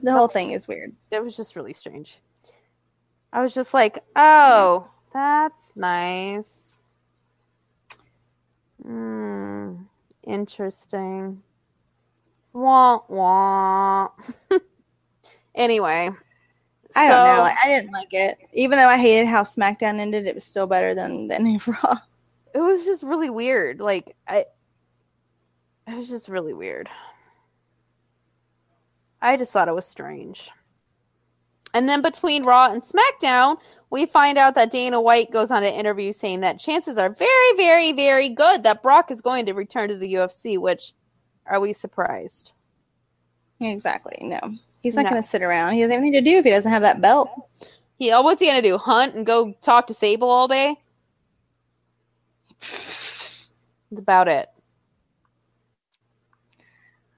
The whole thing is weird. it was just really strange. I was just like, oh, that's nice. Hmm, interesting. Wah wah. *laughs* anyway, I don't know. so I didn't like it. Even though I hated how SmackDown ended, it was still better than than *laughs* Raw. It was just really weird. Like I, it was just really weird. I just thought it was strange. And then between Raw and SmackDown, we find out that Dana White goes on an interview saying that chances are very, very, very good that Brock is going to return to the UFC, which are we surprised? Exactly. No. He's not No. gonna sit around. He doesn't have anything to do if he doesn't have that belt. He, oh, what's he going to do? Hunt and go talk to Sable all day? That's about it.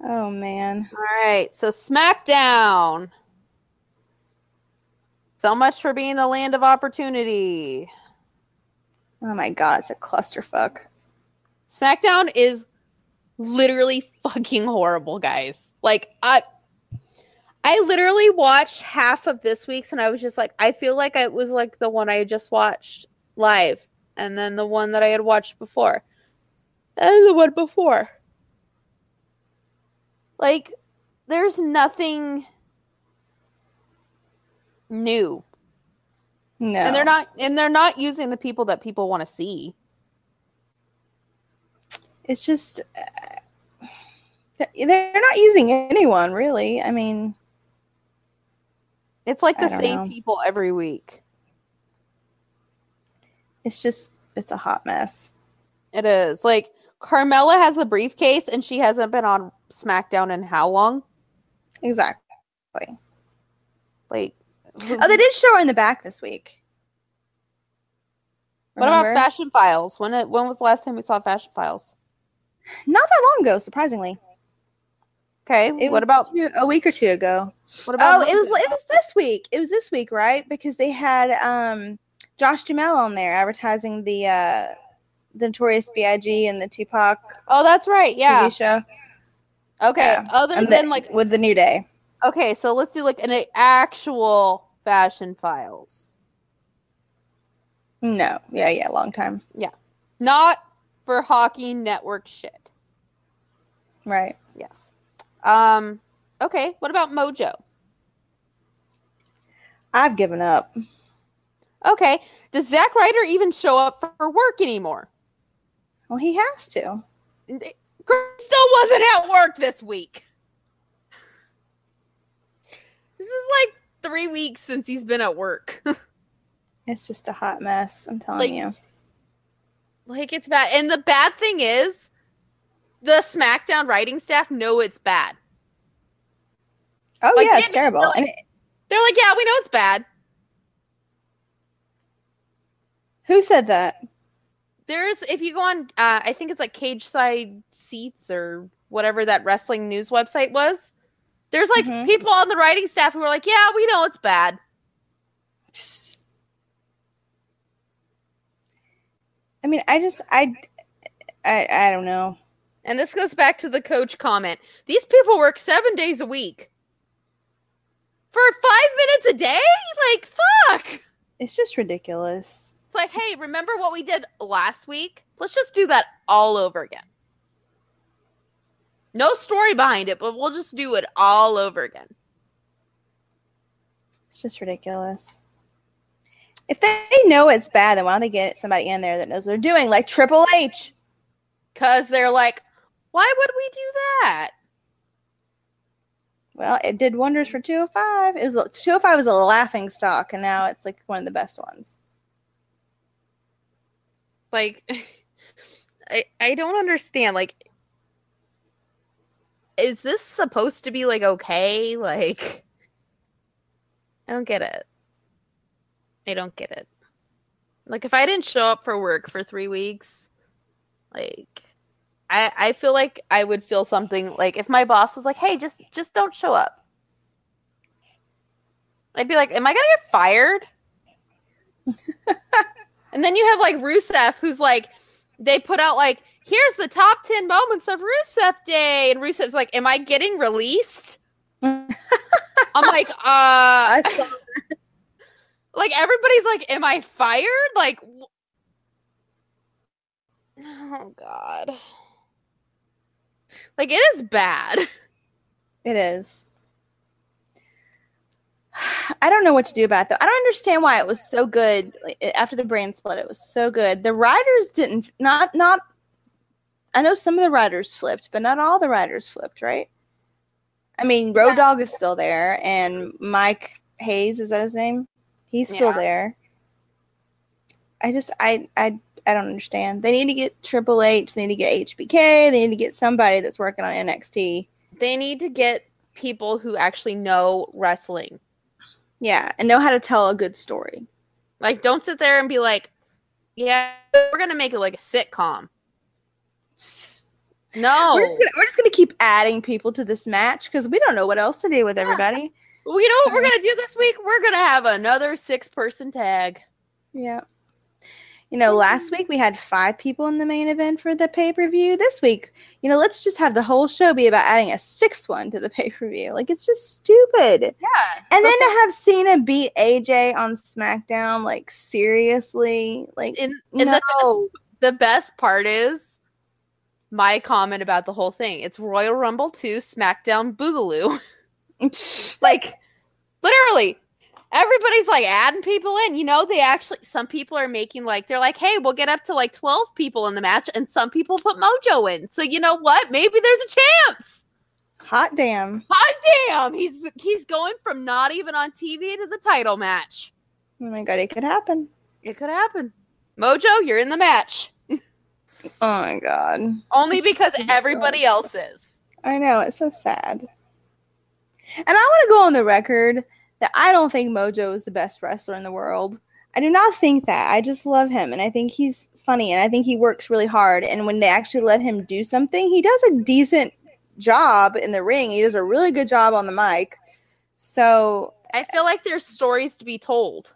Oh man. All right, so SmackDown. So much for being the land of opportunity. Oh my god, it's a clusterfuck. SmackDown is literally fucking horrible, guys. Like I I literally watched half of this week's and I was just like I feel like it was like the one I had just watched live and then the one that I had watched before and the one before. Like there's nothing new. No. And they're not and they're not using the people that people want to see. It's just uh, they're they're not using anyone really. I mean, It's like the I don't same know. people every week. it's just it's a hot mess. It is. Like Carmella has the briefcase and she hasn't been on SmackDown in how long? Exactly. Like Oh, they did show her in the back this week. What about Remember? Fashion Files? When it, when was the last time we saw Fashion Files? Not that long ago, surprisingly. Okay. It what was about two- a week or two ago? what about Oh, it was Monday? it was this week. It was this week, right? Because they had um Josh Jamel on there advertising the uh the Notorious B.I.G. and the Tupac Oh, that's right. Yeah. TV show. Okay. Yeah. Other And than the- like with the New Day. okay, so let's do like an actual Fashion Files. No, yeah, yeah, long time, Not for hockey network shit. right? Yes. Um okay, what about Mojo? I've given up. Okay. Does Zack Ryder even show up for work anymore? Well, he has to. Greg still wasn't at work this week. This is like three weeks since he's been at work. *laughs* It's just a hot mess. I'm telling Like- you. like it's bad. And the bad thing is the SmackDown writing staff know it's bad. Oh like, yeah, they it's didn't terrible. really- And it- They're like, yeah, we know it's bad. who said that? There's if you go on uh, I think it's like cage side seats or whatever that wrestling news website was. There's like Mhm. people on the writing staff who are like, yeah, we know it's bad. I mean, I just I I, I don't know. And this goes back to the coach comment. These people work seven days a week. For five minutes a day? Like, fuck. It's It's just ridiculous. like, hey, remember what we did last week? Let's just do that all over again. No story behind it, but we'll just do it all over again. It's just ridiculous. If they they know it's bad, then why don't they get somebody in there that knows what they're doing, like Triple H? Because they're like, why would we do that? Well, it did wonders for 205. It was 205 was a laughing stock, and now it's like one of the best ones. *laughs* Like, *laughs* I, I don't understand. Like, is this supposed to be like okay? Like, I don't get it. I don't get it. Like, if I didn't show up for work for three weeks, like, I I feel like I would feel something. Like, if my boss was like, "Hey, just just don't show up," I'd be like, "Am I gonna get fired?" and then you have like Rusev, who's like, they put out like, "Here's the top ten moments of Rusev Day," and Rusev's like, "Am I getting released?" I'm like, uh, I saw *laughs* like everybody's like, "Am I fired?" Like, wh- oh god, like it is bad. *laughs* It is. *sighs* I don't know what to do about it, though. I don't understand why it was so good like, after the brand split. It was so good. The writers didn't not not. I know some of the writers flipped, but not all the writers flipped, right? I mean, Road Yeah. Dog is still there, and Mike Hayes is that his name? He's still Yeah. there. I just I I I don't understand. They need to get Triple H. They need to get HBK. They need to get somebody that's working on NXT. They need to get people who actually know wrestling. Yeah, and know how to tell a good story. Like, don't sit there and be like, "Yeah, we're gonna make it like a sitcom." No, We're, just gonna, we're just gonna keep adding people to this match because we don't know what else to do with everybody. Well, you know what we're gonna do this week? We're gonna have another six-person tag. Yeah. You know, Mm-hmm. last week we had five people in the main event for the pay per view. This week, you know, let's just have the whole show be about adding a sixth one to the *laughs* pay per view. Like, it's just stupid. Yeah, And then to have Cena beat AJ on SmackDown, like, seriously, like, and, and no. the, best, the best part is my comment about the whole thing. It's Royal Rumble two, SmackDown Boogaloo. *laughs* like, literally, everybody's like adding people in. You know, they actually some people are making like they're like, "Hey, we'll get up to like twelve people in the match," and some people put Mojo in. So you know what? Maybe there's a chance. *laughs* hot damn. God damn, he's he's going from not even on TV to the title match. Oh my God, it could happen. It could happen. Mojo, you're in the match. Oh my god. Only because everybody else is. I know, it's so sad. And I want to go on the record that I don't think Mojo is the best wrestler in the world. I do not think that. I just love him and I think he's funny and I think he works really hard and when they actually let him do something, he does a decent job in the ring. He does a really good job on the mic. So, I feel like there's stories to be told.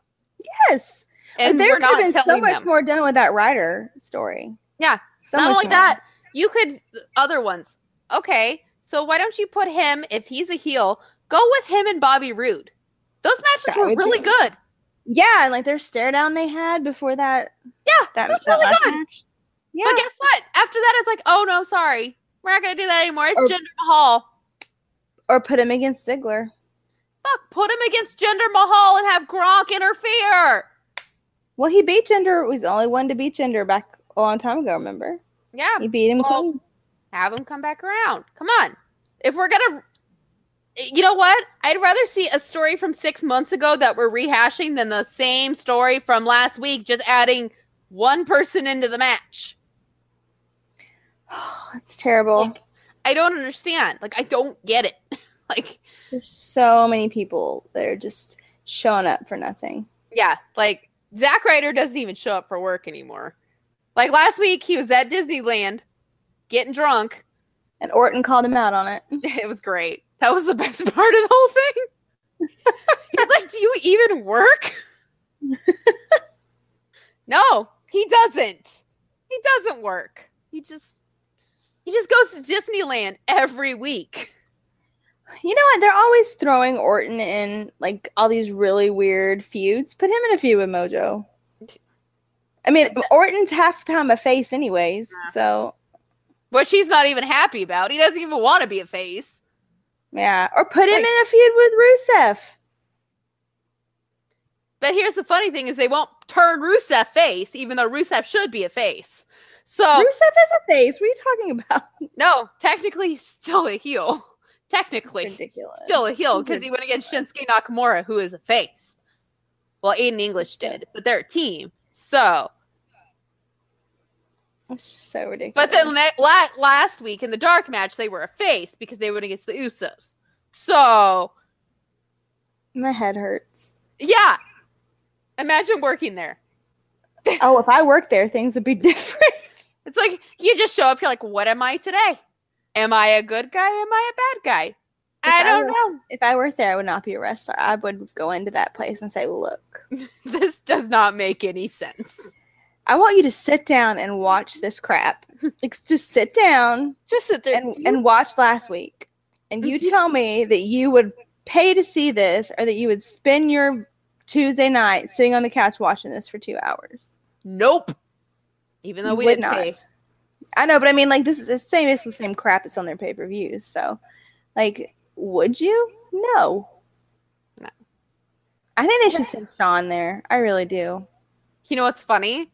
yes, And but we're there could not have been so telling much them. more done with that writer story. Yeah. So not much only more. that, you could other ones. Okay, so why don't you put him if he's a heel? Go with him and Bobby Roode. Those matches That were would really be- good. Yeah, and like their stare down they had before that. Yeah, that, was that really last good. match. Yeah, But guess what? After that, it's like, oh no, sorry, we're not gonna do that anymore. It's Or- Jinder Mahal. or put him against Ziggler. Fuck, put him against Jinder Mahal and have Gronk interfere. Well, he beat Gender. He was the only one to beat Gender back a long time ago. Remember, Yeah, he beat him. Well, clean. have him come back around. Come on. If we're gonna you know what? I'd rather see a story from six months ago that we're rehashing than the same story from last week, just adding one person into the match. it's terrible. Like, I don't understand. Like, I don't get it. *laughs* like, There's so many people that are just showing up for nothing. yeah, like Zack Ryder doesn't even show up for work anymore. Like last week, he was at Disneyland getting drunk. And Orton called him out on it. *laughs* It was great. That was the best *laughs* part of the whole thing. *laughs* He's like, Do you even work? *laughs* no, he doesn't. He doesn't work. He just he just goes to Disneyland every week. *laughs* You know what? They're always throwing Orton in like all these really weird feuds. Put him in a feud with Mojo. I mean, Orton's half the time a face, anyways. So Which he's not even happy about. He doesn't even want to be a face. yeah, or put him Like- in a feud with Rusev. But here's the funny thing is they won't turn Rusev face, even though Rusev should be a face. So Rusev is a face. What are you talking about? no, technically he's still a heel. *laughs* Technically. ridiculous. still a heel These are because he went against Shinsuke Nakamura, who is a face. Well, Aiden English did, but they're a team. So, it's just so ridiculous. but then la- la- last week in the dark match, they were a face because they went against the Usos. So, my head hurts. yeah, imagine working there. Oh, if I worked there, things would be *laughs* different. It's like you just show up. You're like, what am I today? Am I a good guy? Am I a bad guy? I If I don't was- know. If I worked there, I would not be a wrestler. I would go into that place and say, "Look, *laughs* This does not make any sense. I want you to sit down and watch this crap. *laughs* like, just sit down." Just sit there. and, do and watch last week and Do you you- tell me that you would pay to see this or that you would spend your tuesday night sitting on the couch watching this for two hours nope. Even though You we would didn't pay. i know but i mean like this is the same it's the same crap that's on their pay-per-views so like would you no No. i think they should send sean there i really do You know what's funny?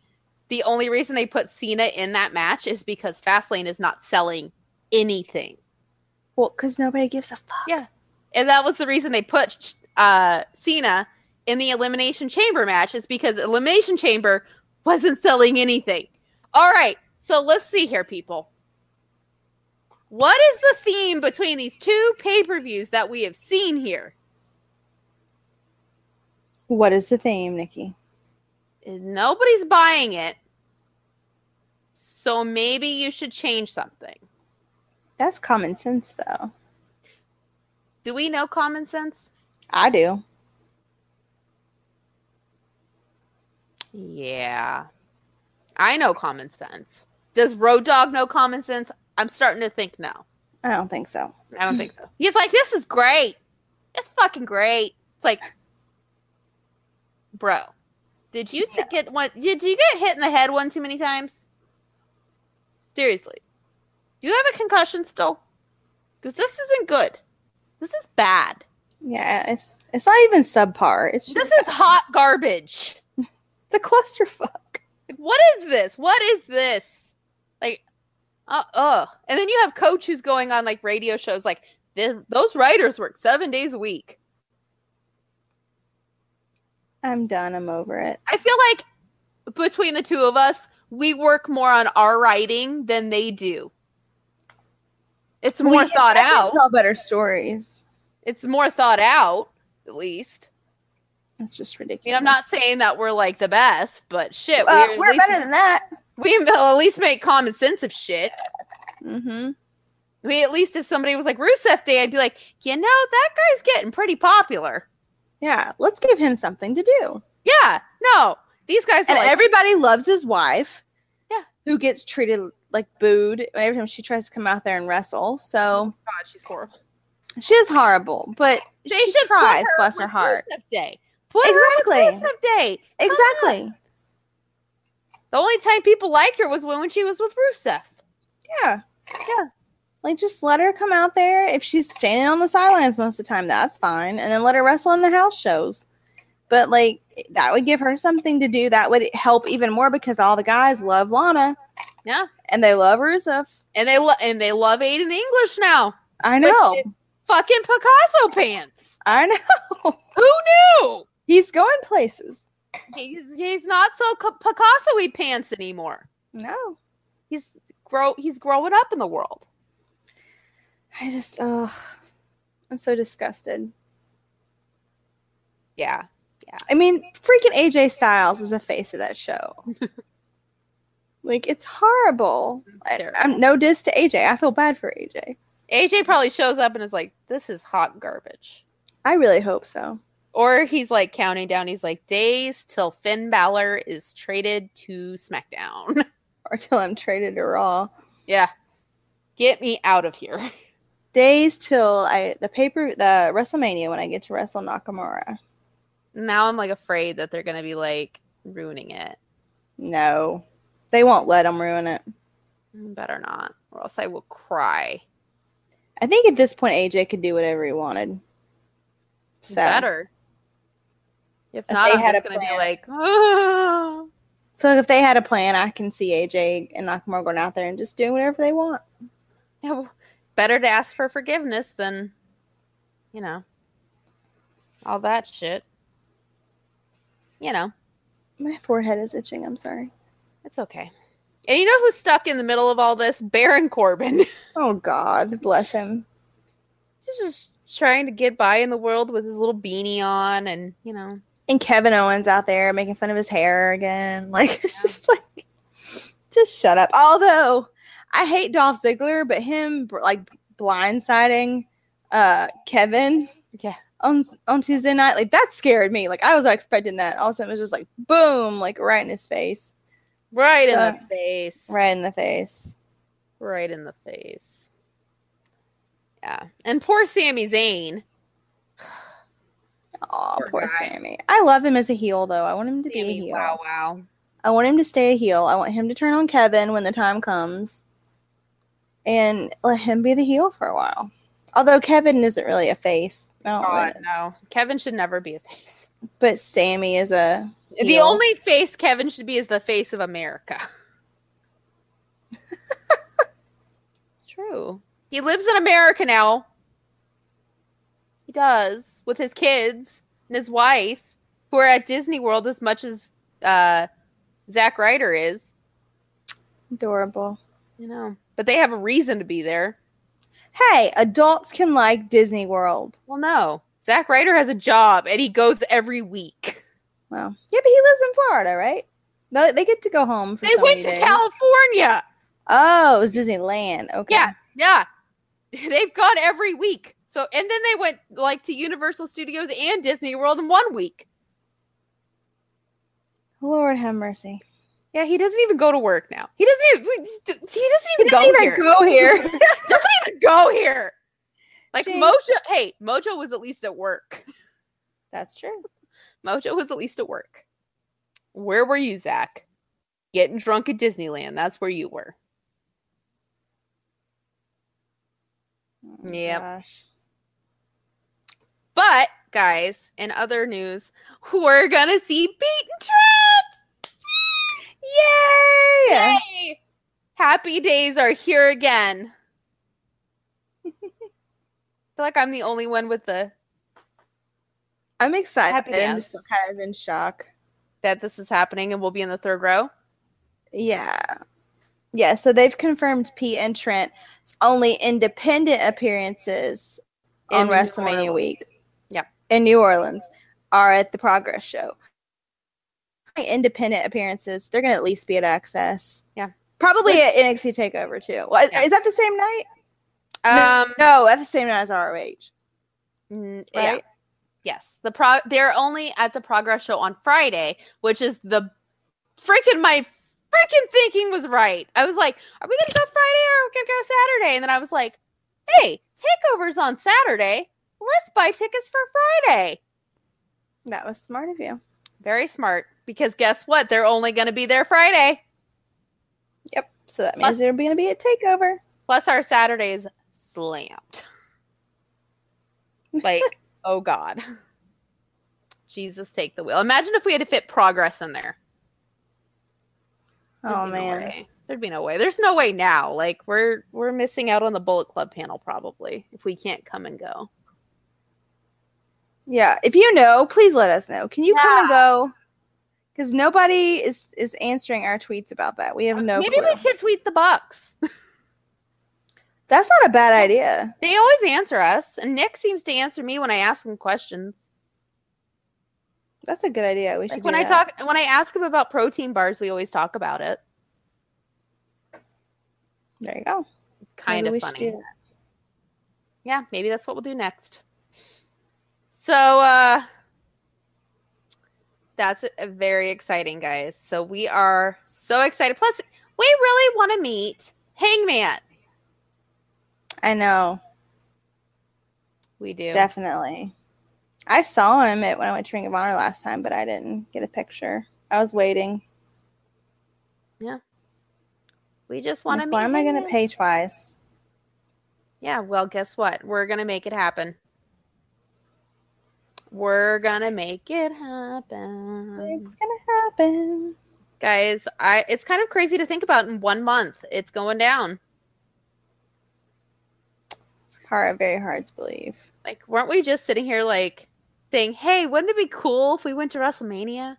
The only reason they put Cena in that match is because Fastlane is not selling anything. well because nobody gives a fuck Yeah. And that was the reason they put uh, Cena in the Elimination Chamber match, is because Elimination Chamber wasn't selling anything. All right. So let's see here, people. What is the theme between these two pay per views that we have seen here? what is the theme nikki Nobody's buying it. So maybe you should change something. that's common sense though Do we know common sense? i do Yeah. I know common sense. Does Road Dog know common sense? I'm starting to think no. i don't think so I don't think so. He's like, this is great. It's fucking great. It's like, bro, did you t- get one? Did you get hit in the head one too many times? Seriously. Do you have a concussion still? Because this isn't good. This is bad. Yeah, it's it's not even subpar. It's This just is hot garbage. it's a clusterfuck. Like, what is this? What is this? Like, uh, uh. And then you have coach who's going on like radio shows, like th- those writers work seven days a week. I'm done. I'm over it. I feel like between the two of us, we work more on our writing than they do. It's more We can thought definitely out. Tell better stories. It's more thought out, at least. That's just I ridiculous. mean, I'm not saying that we're like the best, but shit, Uh, at we're least- better than that. We at least make common sense of shit. Mm-hmm. We at least if somebody was like Rusev Day, I'd be like, you know, that guy's getting pretty popular. Yeah, let's give him something to do. Yeah, no, these guys are And like, everybody loves his wife. Yeah. Who gets treated like booed every time she tries to come out there and wrestle. So God, "Oh, she's horrible. she is horrible, but They she should tries, put her bless with her heart. Rusev Day. Put exactly. her with Exactly. Rusev Day. Exactly. The only time people liked her was when, when she was with Rusev. Yeah. Yeah. Like just let her come out there. If she's standing on the sidelines most of the time, that's fine. And then let her wrestle in the house shows. But like that would give her something to do. That would help even more because all the guys love Lana. Yeah. And they love Rusev. And they lo- and they love Aiden English now. I But know. shit, fucking Picasso pants. I know. *laughs* Who knew? He's going places. He's, he's not so ca- Picasso-y pants anymore. No. He's grow he's growing up in the world. I just ugh. I'm so disgusted. Yeah. I mean, freaking AJ Styles is the face of that show. like it's horrible. I, terrible. am no diss to AJ. I feel bad for AJ. AJ probably shows up and is like, "This is hot garbage." I really hope so. Or he's like counting down. He's like, "Days till Finn Balor is traded to SmackDown." *laughs* Or *laughs* till I'm traded to Raw. yeah, get me out of here. Days till I the paper the WrestleMania when I get to wrestle Nakamura. now I'm like afraid that they're gonna be like ruining it. No. They won't let him ruin it. Better not, or else I will cry. I think at this point AJ could do whatever he wanted. So Better. If If not, they I'm had just a gonna be plan. like, "Ah." So if they had a plan, I can see AJ and Nakamura going out there and just doing whatever they want. Yeah, well, better to ask for forgiveness than, you know, all that shit. You know, My forehead is itching. I'm sorry. it's okay. And you know who's stuck in the middle of all this? Baron Corbin. *laughs* Oh God, bless him. He's just trying to get by in the world with his little beanie on and, you know, And Kevin Owens out there making fun of his hair again. *laughs* Like it's just like, just shut up. Although I hate Dolph Ziggler, but him br- like blindsiding uh Kevin. Yeah. On on Tuesday night, like that scared me. Like I was not expecting that. All of a sudden, it was just like boom, like right in his face, right in Uh, the face. right in the face. Right in the face. Yeah. And poor Sami Zayn. Oh, Poor poor, guy. Sammy. I love him as a heel, though. I want him to be a Sammy, heel. wow, wow. I want him to stay a heel. I want him to turn on Kevin when the time comes, and let him be the heel for a while. Although Kevin isn't really a face, I don't God, really- no. Kevin should never be a face. but Sammy is uh, a The heel. only face Kevin should be is the face of America. *laughs* it's true. He lives in America now. He does with his kids and his wife, who are at Disney World as much as uh, Zach Ryder is. adorable. You know, but they have a reason to be there. Hey, adults can like Disney World. Well, no, Zach Ryder has a job and he goes every week. Well, yeah, but he lives in Florida, right? They, they get to go home. For They so went many to days. California. Oh, it was Disneyland. Okay. Yeah, yeah. *laughs* They've gone every week. So and then they went like to Universal Studios and Disney World in one week. Lord have mercy. Yeah, he doesn't even go to work now. He doesn't even he doesn't even, He doesn't go, even here. go here. doesn't even go here. Like Jeez. Mojo, hey, Mojo was at least at work. That's true. *laughs* Mojo was at least at work. Where were you, Zach? Getting drunk at Disneyland. That's where you were. *laughs* Oh, Yep. gosh. But guys, in other news, we're gonna see Beaten Trent. Yay! Yay! Happy days are here again. I feel like I'm the only one with the I'm excited. Happy I'm just dance. kind of in shock. that this is happening and we'll be in the third row? Yeah. Yeah, so they've confirmed Pete and Trent's only independent appearances on In New WrestleMania Orleans. week. Yep. In New Orleans are at the Progress Show. Independent appearances, they're going to at least be at Access. Yeah. Probably at NXT TakeOver too. Well, is, Yeah. is that the same night? Um, No, at the same night as ROH. N- Yeah. Right? Yes. The pro they're only at the progress show on Friday, which is the freaking my freaking thinking was right. I was like, are we gonna go Friday or are we gonna go Saturday? And then I was like, hey, takeovers on Saturday. Let's buy tickets for Friday. That was smart of you. Very smart. Because guess what? They're only gonna be there Friday. Yep. So that Plus- means they're going to be at TakeOver. Plus our Saturday is slammed. *laughs* like, oh God. Jesus take the wheel. Imagine if we had to fit progress in there. There'd Oh, be no man. way. There'd be no way. There's no way now. Like we're we're missing out on the Bullet Club panel probably if we can't come and go. Yeah, if you know, please let us know. Can you come Yeah. and go? Because nobody is is answering our tweets about that. We have no. Maybe clue. we could tweet the Bucks. That's not a bad idea. They always answer us, and Nick seems to answer me when I ask him questions. That's a good idea. We should. Like do when I that. talk when I ask him about protein bars, we always talk about it. there you go. Kind Maybe we of should funny. do that. yeah, maybe that's what we'll do next. So uh that's uh, very exciting, guys. So we are so excited. Plus, we really want to meet Hangman. I know, We do. definitely. I saw him at when I went to Ring of Honor last time, but I didn't get a picture. I was waiting. we just want to Like, meet why am I going to Hangman. pay twice? Yeah, well, guess what? We're going to make it happen. We're going to make it happen. It's gonna happen. Guys, I it's kind of crazy to think about in 1 month. It's going down. It's hard, very hard to believe. Like, weren't we just sitting here like saying, "Hey, wouldn't it be cool if we went to WrestleMania?"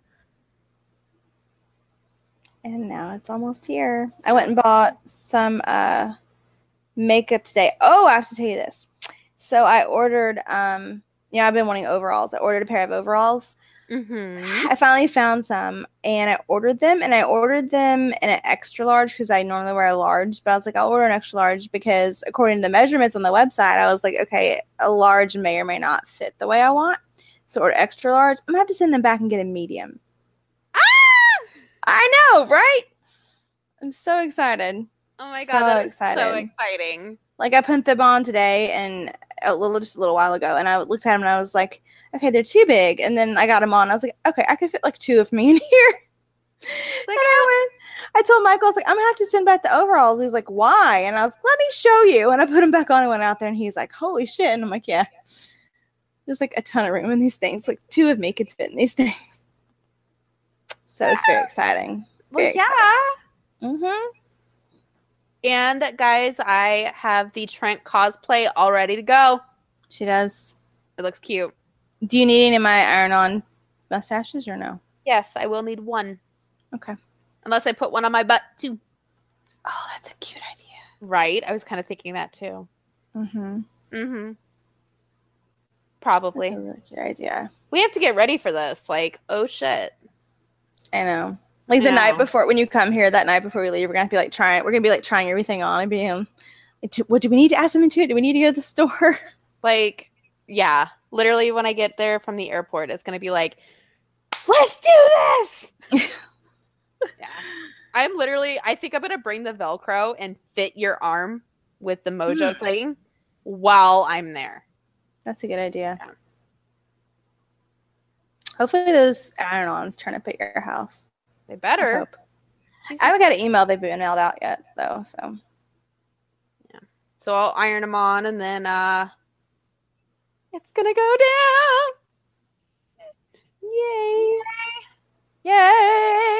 And now it's almost here. I went and bought some uh, makeup today. Oh, I have to tell you this. So I ordered, um, you know, I've been wanting overalls. I ordered a pair of overalls. Mm-hmm. I finally found some and I ordered them and I ordered them in an extra large because I normally wear a large, but I was like, I'll order an extra large because according to the measurements on the website, I was like, okay, a large may or may not fit the way I want. So order extra large. I'm gonna have to send them back and get a medium. I know, right? I'm so excited. Oh my So god, that is so excited. exciting! Like I put them on today and a little just a little while ago, and I looked at them and I was like, okay, they're too big. And then I got them on. I was like, okay, I could fit like two of me in *laughs* here. Like, and I went. I told Michael, I was like, I'm gonna have to send back the overalls. He's like, why? And I was like, let me show you. And I put him back on and went out there, and he's like, holy shit. And I'm like, yeah. There's like a ton of room in these things. Like two of me could fit in these *laughs* things. So it's very exciting. well, very yeah. Mm-hmm. And guys, I have the Trent cosplay all ready to go. She does. It looks cute. Do you need any of my iron-on mustaches or no? Yes, I will need one Okay. unless I put one on my butt too. Oh, that's a cute idea. Right? I was kind of thinking that too. Mm-hmm. Mm-hmm. That's Probably. a really cute idea. We have to get ready for this. Like, oh shit. I know. Like the I know. night before, when you come here, that night before we leave, we're gonna have to be like trying. We're gonna be like trying everything on and be um, like, do- what do we need to ask them into it? Do we need to go to the store? *laughs* Like, yeah, literally when I get there from the airport, it's going to be like, let's do this. *laughs* yeah. I'm literally, I think I'm going to bring the Velcro and fit your arm with the mojo Hmm. thing while I'm there. That's a good idea. Yeah. Hopefully, those iron-ons turn up at your house. They I better. hope. Jesus. I haven't got an email they've been mailed out yet, though. So so I'll iron them on and then uh it's going to go down. yay! Yay.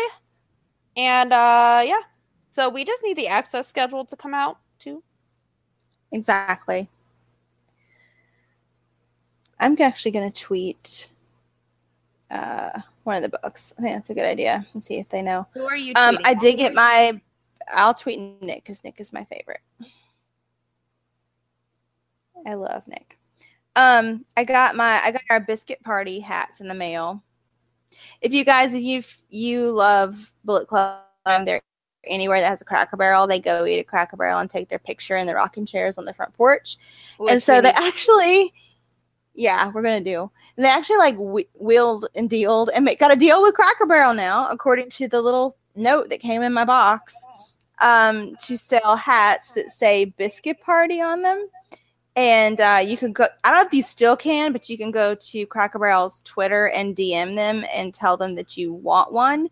And uh yeah. So we just need the access schedule to come out too. Exactly. I'm actually gonna tweet. Uh, one of the books. I think that's a good idea and see if they know. Who are you? Um, tweeting I at? did get my. I'll tweet Nick because Nick is my favorite. I love Nick. Um, I got my I got our biscuit party hats in the mail. If you guys, if you if you love Bullet Club, um, they're anywhere that has a Cracker Barrel, they go eat a Cracker Barrel and take their picture in the rocking chairs on the front porch Which and so we they need- actually, yeah, we're gonna do. And they actually like whe- wheeled and dealed and make, got a deal with Cracker Barrel now, according to the little note that came in my box, um, to sell hats that say "Biscuit Party" on them. And uh, you can go. I don't know if you still can, but you can go to Cracker Barrel's Twitter and DM them and tell them that you want one.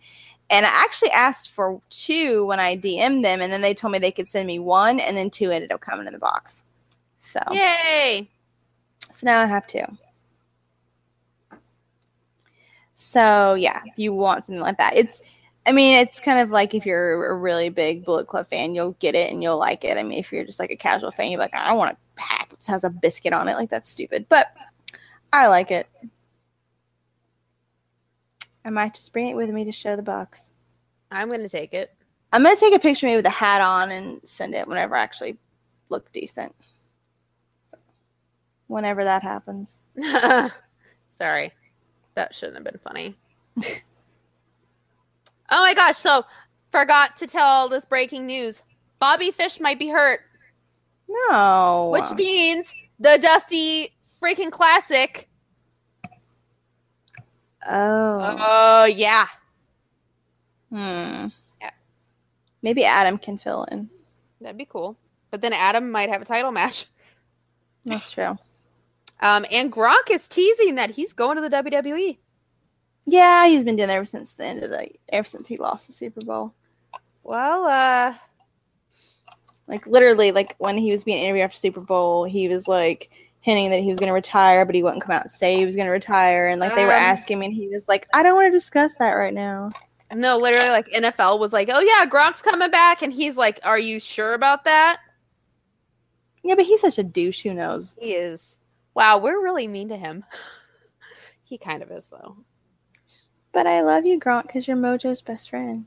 And I actually asked for two when I DM'd them, and then they told me they could send me one, and then two ended up coming in the box. So Yay! so now I have two. So yeah, if you want something like that. It's I mean, it's kind of like if you're a really big Bullet Club fan, you'll get it and you'll like it. I mean, if you're just like a casual fan, you're like, I want a hat that has a biscuit on it. Like that's stupid, but I like it. I might just bring it with me to show the box. I'm gonna take it. I'm gonna take a picture of me with a hat on and send it whenever I actually look decent. So, whenever that happens. *laughs* Sorry. That shouldn't have been funny. *laughs* oh my gosh, so forgot to tell this breaking news. Bobby Fish might be hurt, No. which means the Dusty freaking classic. oh. Oh yeah. Hmm. Yeah. Maybe Adam can fill in. That'd be cool. But then Adam might have a title match. That's true. *laughs* Um, and Gronk is teasing that he's going to the E. WWE. Yeah, he's been doing that ever since the end of the ever since he lost the Super Bowl. Well, uh Like literally, like when he was being interviewed after Super Bowl, he was like hinting that he was going to retire, but he wouldn't come out and say he was going to retire. And like they were Um, asking him, and he was like, "I don't want to discuss that right now." no, literally like NFL was like, Oh yeah, Gronk's coming back and he's like, Are you sure about that? Yeah, but he's such a douche. Who knows? He is. Wow, we're really mean to him. *laughs* he kind of is though. But I love you, Gronk, because you're Mojo's best friend.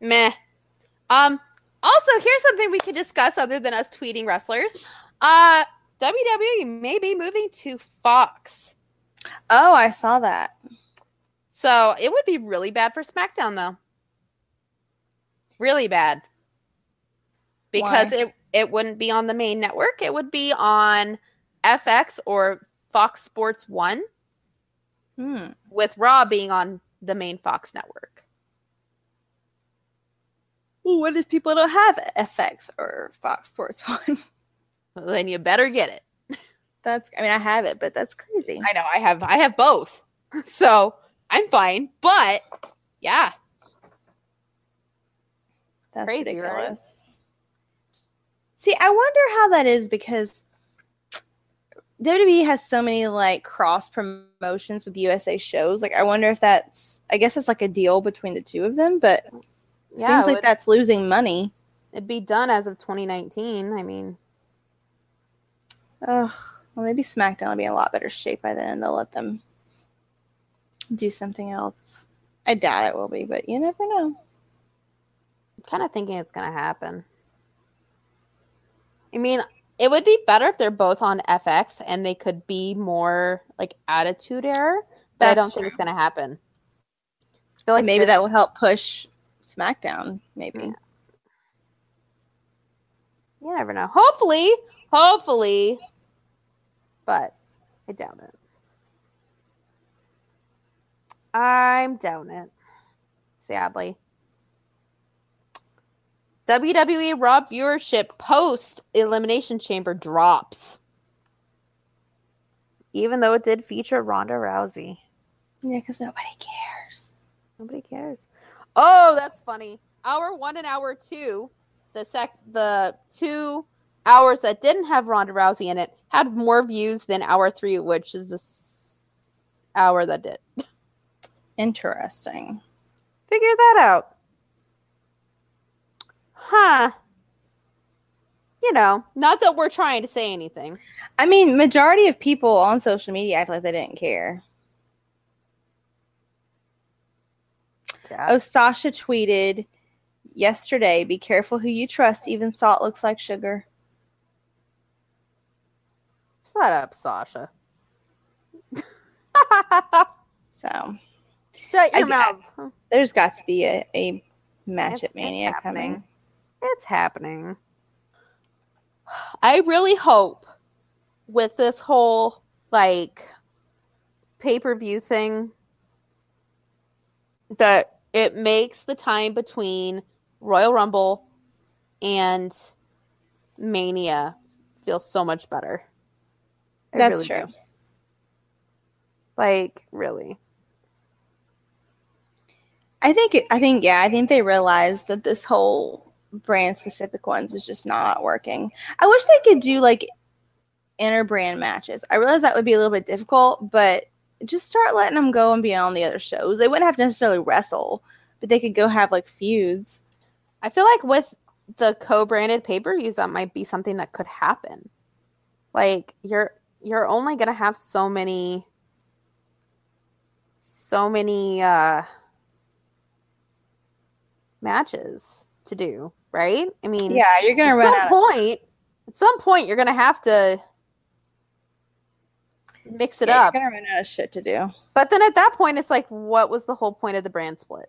Meh. Um. Also, here's something we could discuss other than us tweeting wrestlers. Uh, WWE may be moving to Fox, Oh, I saw that. so it would be really bad for SmackDown though. Really bad. Because Why? it it wouldn't be on the main network. It would be on FX or Fox Sports One, Hmm. with Raw being on the main Fox network. Well, what if people don't have FX or Fox Sports *laughs* One? Well, then you better get it. That's I mean I have it, but that's crazy. I know I have I have both. *laughs* So I'm fine. But yeah. That's Crazy, right? ridiculous. See, I wonder how that is because WWE has so many like cross promotions with USA shows. Like I wonder if that's I guess it's like a deal between the two of them, but it Yeah, it seems like would- that's losing money. It'd be done as of 2019. I mean, Ugh. Well maybe SmackDown will be in a lot better shape by then and they'll let them do something else. I doubt it will be, but you never know. I'm kind of thinking it's going to happen. I mean, it would be better if they're both on FX and they could be more like attitude error, but I That's don't think it's going to happen. I feel like Mm. maybe that it's- will help push SmackDown. Maybe Yeah. You never know. Hopefully, hopefully, but I doubt it. I'm down it. Sadly. WWE E Raw viewership post Elimination Chamber drops. Even though it did feature Ronda Rousey. yeah, because nobody cares. Nobody cares. Oh, that's funny. Hour one and hour two, the sec the two hours that didn't have Ronda Rousey in it had more views than hour three, which is the s- hour that did. Interesting. Figure that out. Huh. You know, not that we're trying to say anything. I mean, majority of people on social media act like they didn't care. Oh, Sasha tweeted yesterday be careful who you trust. Even salt looks like sugar. Shut up, Sasha. *laughs* So Shut your I- mouth. there's got to be a, a matchup It's- it's mania happening. coming. It's happening. I really hope with this whole like pay per view thing that it makes the time between Royal Rumble and Mania feel so much better. I That's really do. true. Like, really. I think it, I think yeah, I think they realized that this whole brand specific ones is just not working. I wish they could do like inner brand matches. I realize that would be a little bit difficult, but just start letting them go and be on the other shows. They wouldn't have to necessarily wrestle, but they could go have like feuds. I feel like with the co-branded pay-per-views, that might be something that could happen. Like you're you're only gonna have so many, so many uh, matches to do, right? I mean, Yeah, you're gonna At run some out. Of, point, at some point, you're gonna have to mix it yeah, up. You're gonna run out of shit to do. But then at that point, it's like, what was the whole point of the brand split?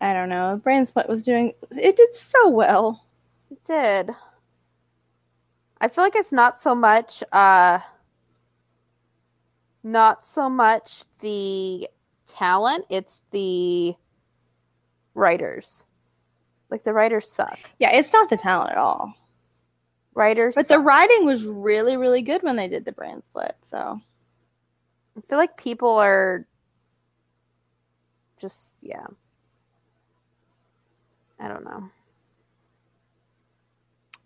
I don't know. Brand split was doing it did so well. It did. I feel like it's not so much uh not so much the talent, it's the writers. Like the writers suck. Yeah, it's not the talent at all. Writers But the suck. writing was really, really good when they did the brand split. So I feel like people are just yeah. I don't know.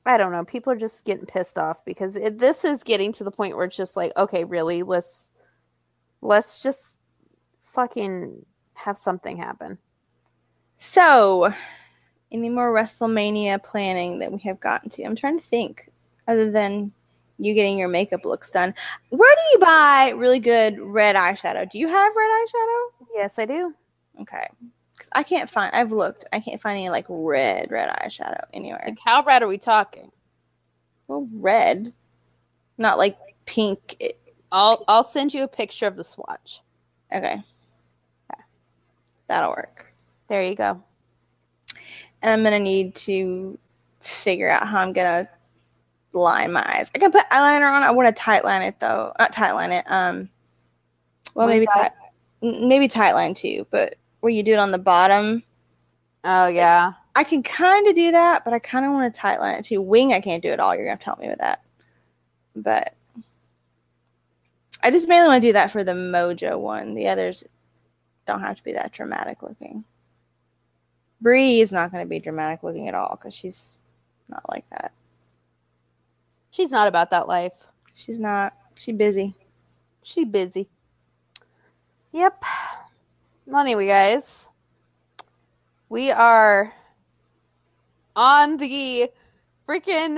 I don't know. People are just getting pissed off because it, this is getting to the point where it's just like, okay, really, let's let's just fucking have something happen. So, any more WrestleMania planning that we have gotten to? I'm trying to think, other than you getting your makeup looks done. Where do you buy really good red eyeshadow? Do you have red eyeshadow? Yes, I do. Okay. 'Cause I can't find, I've looked, I can't find any like red, red eyeshadow anywhere. Like, how red are we talking? Well, red, not like pink. It- I'll I'll send you a picture of the swatch. Okay. That'll work. There you go. And I'm going to need to figure out how I'm going to line my eyes. I can put eyeliner on. I want to tight line it though. Not tight line it. Um, What well, maybe is tight, that? n- maybe tight line too. But where you do it on the bottom, Oh yeah. I can kind of do that, but I kind of want to tight line it too. Wing, I can't do it all. You're gonna have to help me with that. But I just mainly want to do that for the Mojo one. The others don't have to be that dramatic looking. Bree is not going to be dramatic looking at all because she's not like that. She's not about that life. She's not. She busy. She busy. Yep. Well, anyway, guys, we are on the freaking.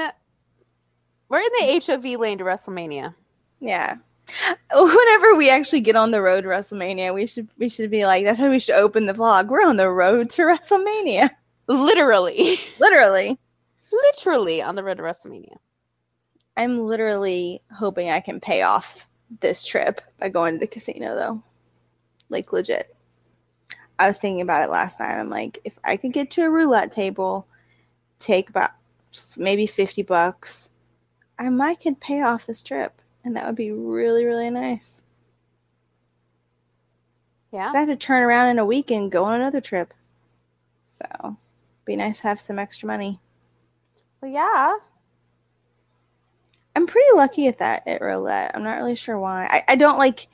We're in the HOV lane to WrestleMania. Yeah. *laughs* Whenever we actually get on the road to WrestleMania, we should we should be like that's how we should open the vlog. We're on the road to *laughs* WrestleMania, Literally. *laughs* literally. Literally on the road to WrestleMania. I'm literally hoping I can pay off this trip by going to the casino, though. Like legit. I was thinking about it last night. I'm like, if I could get to a roulette table, take about maybe fifty bucks, I might could pay off this trip, and that would be really really nice. Yeah. 'Cause I have to turn around in a week and go on another trip. So, be nice to have some extra money. Well, yeah. I'm pretty lucky at that at roulette. I'm not really sure why. I, I don't like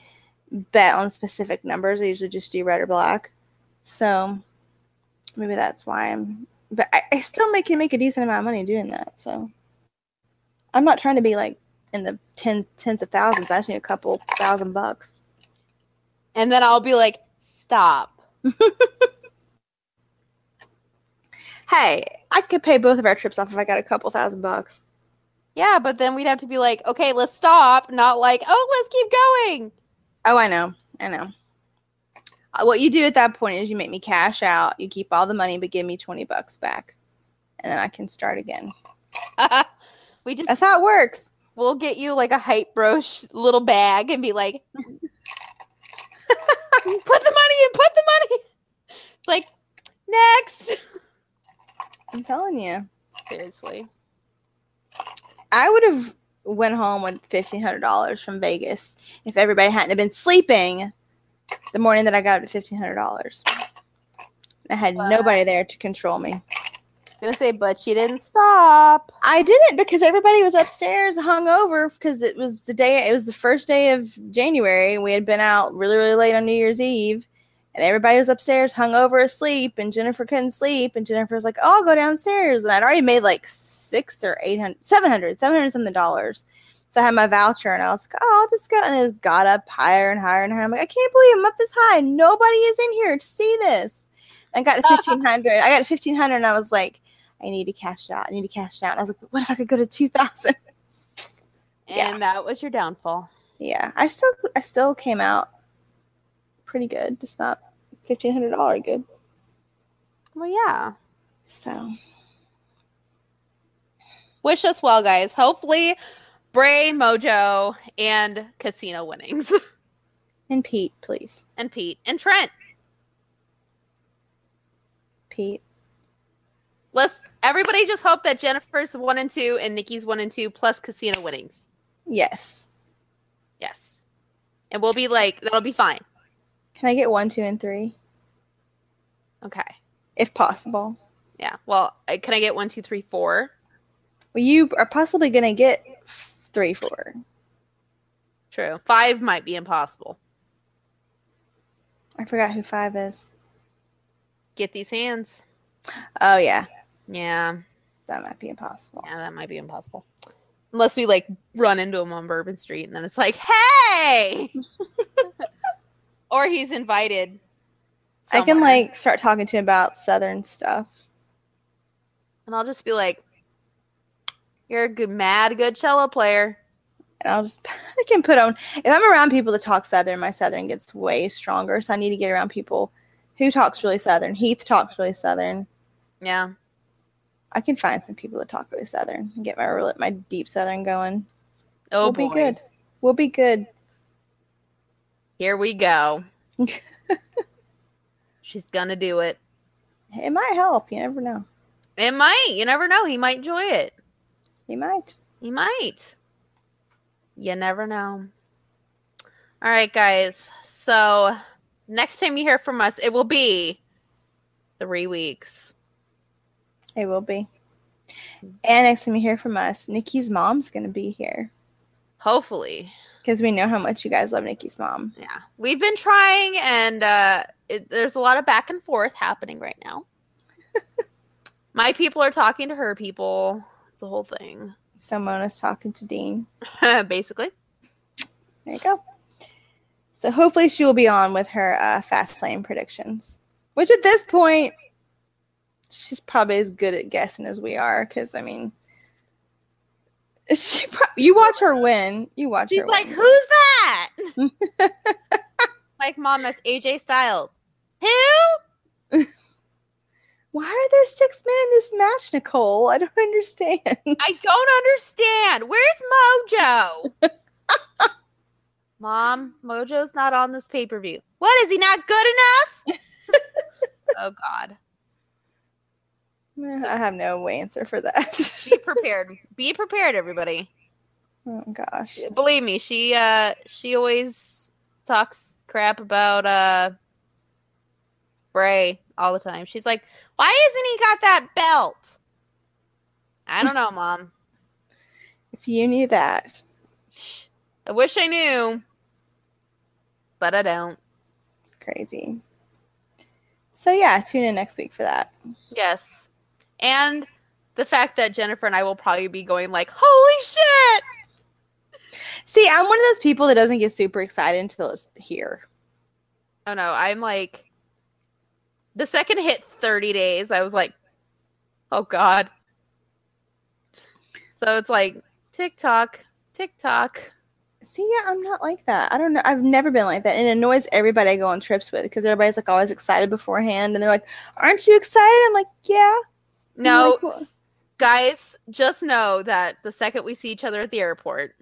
bet on specific numbers. I usually just do red or black. So, maybe that's why I'm. But I, I still make can make a decent amount of money doing that. So, I'm not trying to be like in the ten tens of thousands. I just need a couple thousand bucks. And then I'll be like, stop. Hey, I could pay both of our trips off if I got a couple thousand bucks. Yeah, but then we'd have to be like, okay, let's stop. Not like, oh, let's keep going. Oh, I know. I know. Uh, What you do at that point is you make me cash out. You keep all the money, but give me twenty bucks back, and then I can start again. we just That's how it works. we'll get you like a hype bro sh- little bag and be like, *laughs* put the money in, put the money. in." It's like next. I'm telling you. Seriously, I would have went home with fifteen hundred dollars from Vegas if everybody hadn't have been sleeping the morning that I got up to fifteen hundred dollars. I had Wow. nobody there to control me. *laughs* gonna say, but she didn't stop. I didn't because everybody was upstairs hungover because it was the day it was the first day of January and we had been out really really late on New Year's Eve and everybody was upstairs hungover asleep and Jennifer couldn't sleep and Jennifer was like oh I'll go downstairs and I'd already made like six or eight hundred seven hundred seven hundred something dollars so I had my voucher and I was like oh I'll just go and it just got up higher and higher and higher I'm like I can't believe I'm up this high and nobody is in here to see this I got to fifteen hundred I got to fifteen hundred and I was like I need to cash it out. I need to cash it out. And I was like, what if I could go to 2000? And Yeah. that was your downfall. *laughs* Yeah, I still, I still came out pretty good. Just not $1,500 good. Well, yeah. So Wish us well, guys. Hopefully, Bray, Mojo, and Casino *laughs* winnings, and Pete, please. and Pete and Trent. Pete. Let's everybody just hope that Jennifer's one and two and Nikki's one and two plus Casino winnings. Yes. Yes, and we'll be like that'll be fine. Can I get one, two, and three Okay. if possible? Yeah. Well, I- can I get one, two, three, four? Well, you are possibly going to get f- three, four. True. Five might be impossible. I forgot who five is. Get these hands. Oh, yeah. Yeah. That might be impossible. Yeah, that might be impossible. Unless we like run into him on Bourbon Street and then it's like, hey. *laughs* or he's invited. I can somewhere, like start talking to him about Southern stuff. and I'll just be like, You're a good mad good cello player. and I'll just *laughs* I can put on if I'm around people that talk southern, my southern gets way stronger. So I need to get around people who talks really southern. Heath talks really southern. Yeah. I can find some people that talk really southern and get my real my deep southern going. Oh we'll boy. be good. We'll be good. Here we *laughs* go. She's gonna do it. It might help. You never know. It might. You never know. He might enjoy it. You might. You might. You never know. All right, guys. So next time you hear from us, it will be three weeks. It will be. And next time you hear from us, Nikki's mom's gonna be here Hopefully. because we know how much you guys love Nikki's mom. Yeah. We've been trying, and uh, it, there's a lot of back and forth happening right now. My people are talking to her people. It's a whole thing, *laughs* So Mona's talking to Dean. basically. There you go. So hopefully she will be on with her uh, fast lane predictions, which at this point she's probably as good at guessing as we are. Because I mean, *laughs* she pro- you watch her win, you watch She's her like, win. who's that? like, mom, that's AJ Styles. Who? Why are there six men in this match, Nicole? I don't *laughs* understand. I don't understand. Where's Mojo? Mom, Mojo's not on this pay per view. What? Is he not good enough? oh, God. I have no answer for that. *laughs* Be prepared. Be prepared, everybody. oh gosh, Believe me, she uh she always talks crap about uh Bray all the time. She's like, "Why isn't he got that belt?" I don't know, mom. if you knew that, I wish I knew, but I don't. it's crazy. So yeah, tune in next week for that. Yes. And the fact that Jennifer and I will probably be going like, "Holy shit!" See, I'm one of those people that doesn't get super excited until it's here. Oh no, I'm like the second it hit 30 days, I was like, oh god. So it's like TikTok, TikTok, See, yeah, I'm not like that. I don't know. I've never been like that. And it annoys everybody I go on trips with because everybody's like always excited beforehand. And they're like, Aren't you excited? I'm like, Yeah. And they're No, like, "Well, guys, just know that the second we see each other at the airport,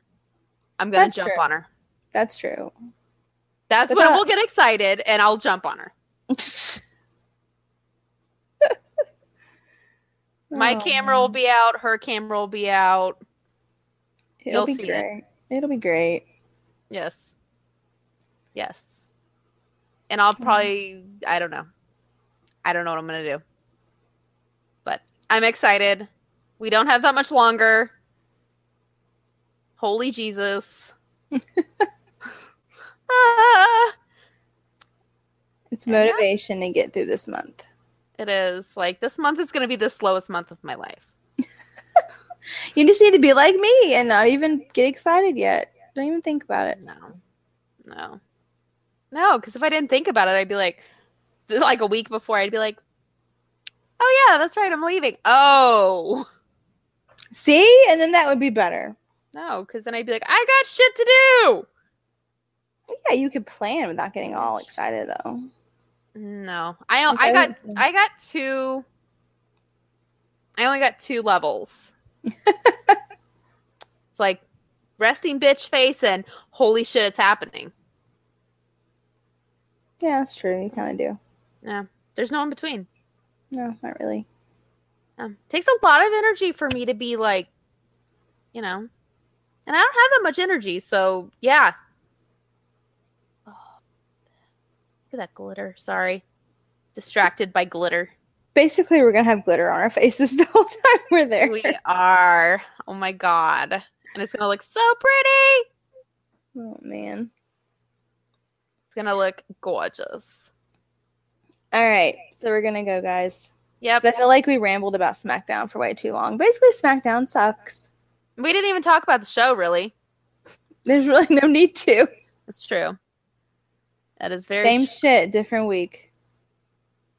I'm gonna That's jump true. on her. that's true. *laughs* That's But when that- we'll get excited, and I'll jump on her. My Oh, camera will man. be out. Her camera will be out. you'll It'll be see it. great. It'll be great. Yes. Yes. And I'll probably, I don't know. I don't know what I'm going to do. But I'm excited. We don't have that much longer. Holy *laughs* Jesus. ah, It's Yeah. motivation to get through this month. it is. Like, this month is going to be the slowest month of my life. You just need to be like me and not even get excited yet. Don't even think about it. No. No. No, because if I didn't think about it, I'd be like, like a week before, I'd be like, oh, yeah, that's right. I'm leaving. Oh. See? And then that would be better. No, because then I'd be like, I got shit to do. Yeah, you could plan without getting all excited though. No, I o- Like, I I got would- I got two. I only got two *laughs* levels. it's like resting bitch face and holy shit, it's happening. Yeah, that's true. You kind of do. There's no in between. No, not really. Um, takes a lot of energy for me to be like, you know, and I don't have that much energy. So yeah. Oh, look at that glitter. Sorry, distracted by glitter. Basically, we're gonna have glitter on our *laughs* faces the whole time we're there. we are. Oh my god. And it's gonna look so pretty. *laughs* Oh man. It's gonna look gorgeous. All right, so we're gonna go, guys. 'Cause Yep. I feel like we rambled about SmackDown for way too long. Basically, SmackDown sucks. *laughs* We didn't even talk about the show really. There's really no need to. It's true. That is very Same shit, different week.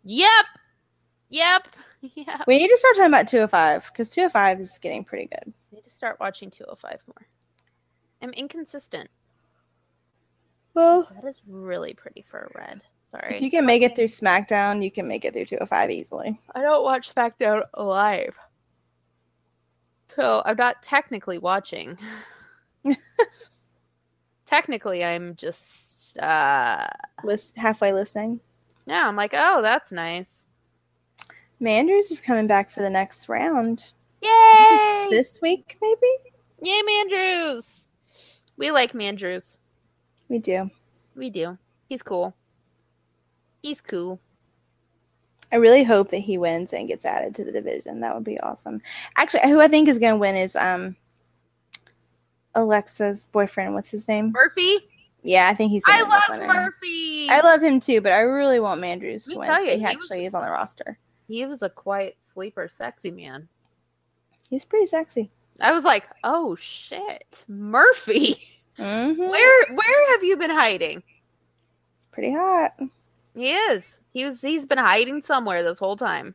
Yep. Yep. *laughs* Yep. We need to start talking about 205 because 205 is getting pretty good. I need to start watching 205 more. I'm inconsistent. Well, That is really pretty for a red. if Sorry. you can make it through SmackDown, you can make it through 205 easily. I don't watch SmackDown live. So I'm not technically watching. technically, I'm just uh List halfway listening. Yeah, I'm like, oh, that's nice. Manders is coming back for the next round Yay! this week, maybe. *laughs* Yay, Mandrews! We like Mandrews. We do. We do. He's cool. He's cool. I really hope that he wins and gets added to the division. That would be awesome. Actually, who I think is going to win is um Alexa's boyfriend. What's his name? Murphy? Yeah, I think he's. gonna I end up love winning. Murphy! I love him too, but I really want Let Mandrews to me win. tell you, he he was- actually is on the roster. he was a quiet sleeper, sexy man. He's pretty sexy. I was like, oh shit, Murphy! *laughs* Mm-hmm. Where where have you been hiding? It's pretty hot. He is. He was. He's been hiding somewhere this whole time.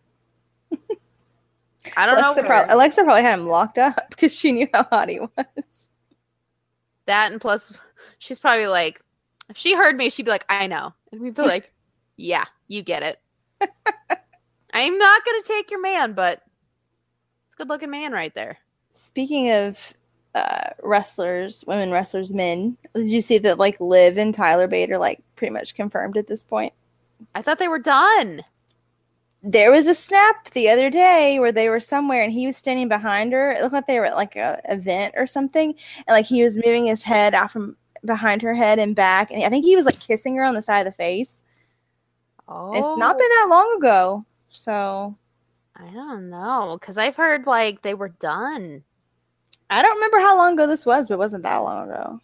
I don't Alexa, know. prob- Where. Alexa probably had him locked up *laughs* because she knew how hot he was. That and plus, she's probably like, if she heard me, she'd be like, I know. And we'd be like, *laughs* yeah, you get it. *laughs* I'm not going to take your man, but it's a good looking man right there. Speaking of uh, wrestlers, women wrestlers, men, did you see that like Liv and Tyler Bate are like pretty much confirmed at this point? I thought they were done. There was a snap the other day where they were somewhere and he was standing behind her. It looked like they were at like a event or something, and like he was moving his head out from behind her head and back, and I think he was like kissing her on the side of the face. Oh, It's not been that long ago, so I don't know. Because I've heard like they were done. I don't remember how long ago this was, but it wasn't that long ago.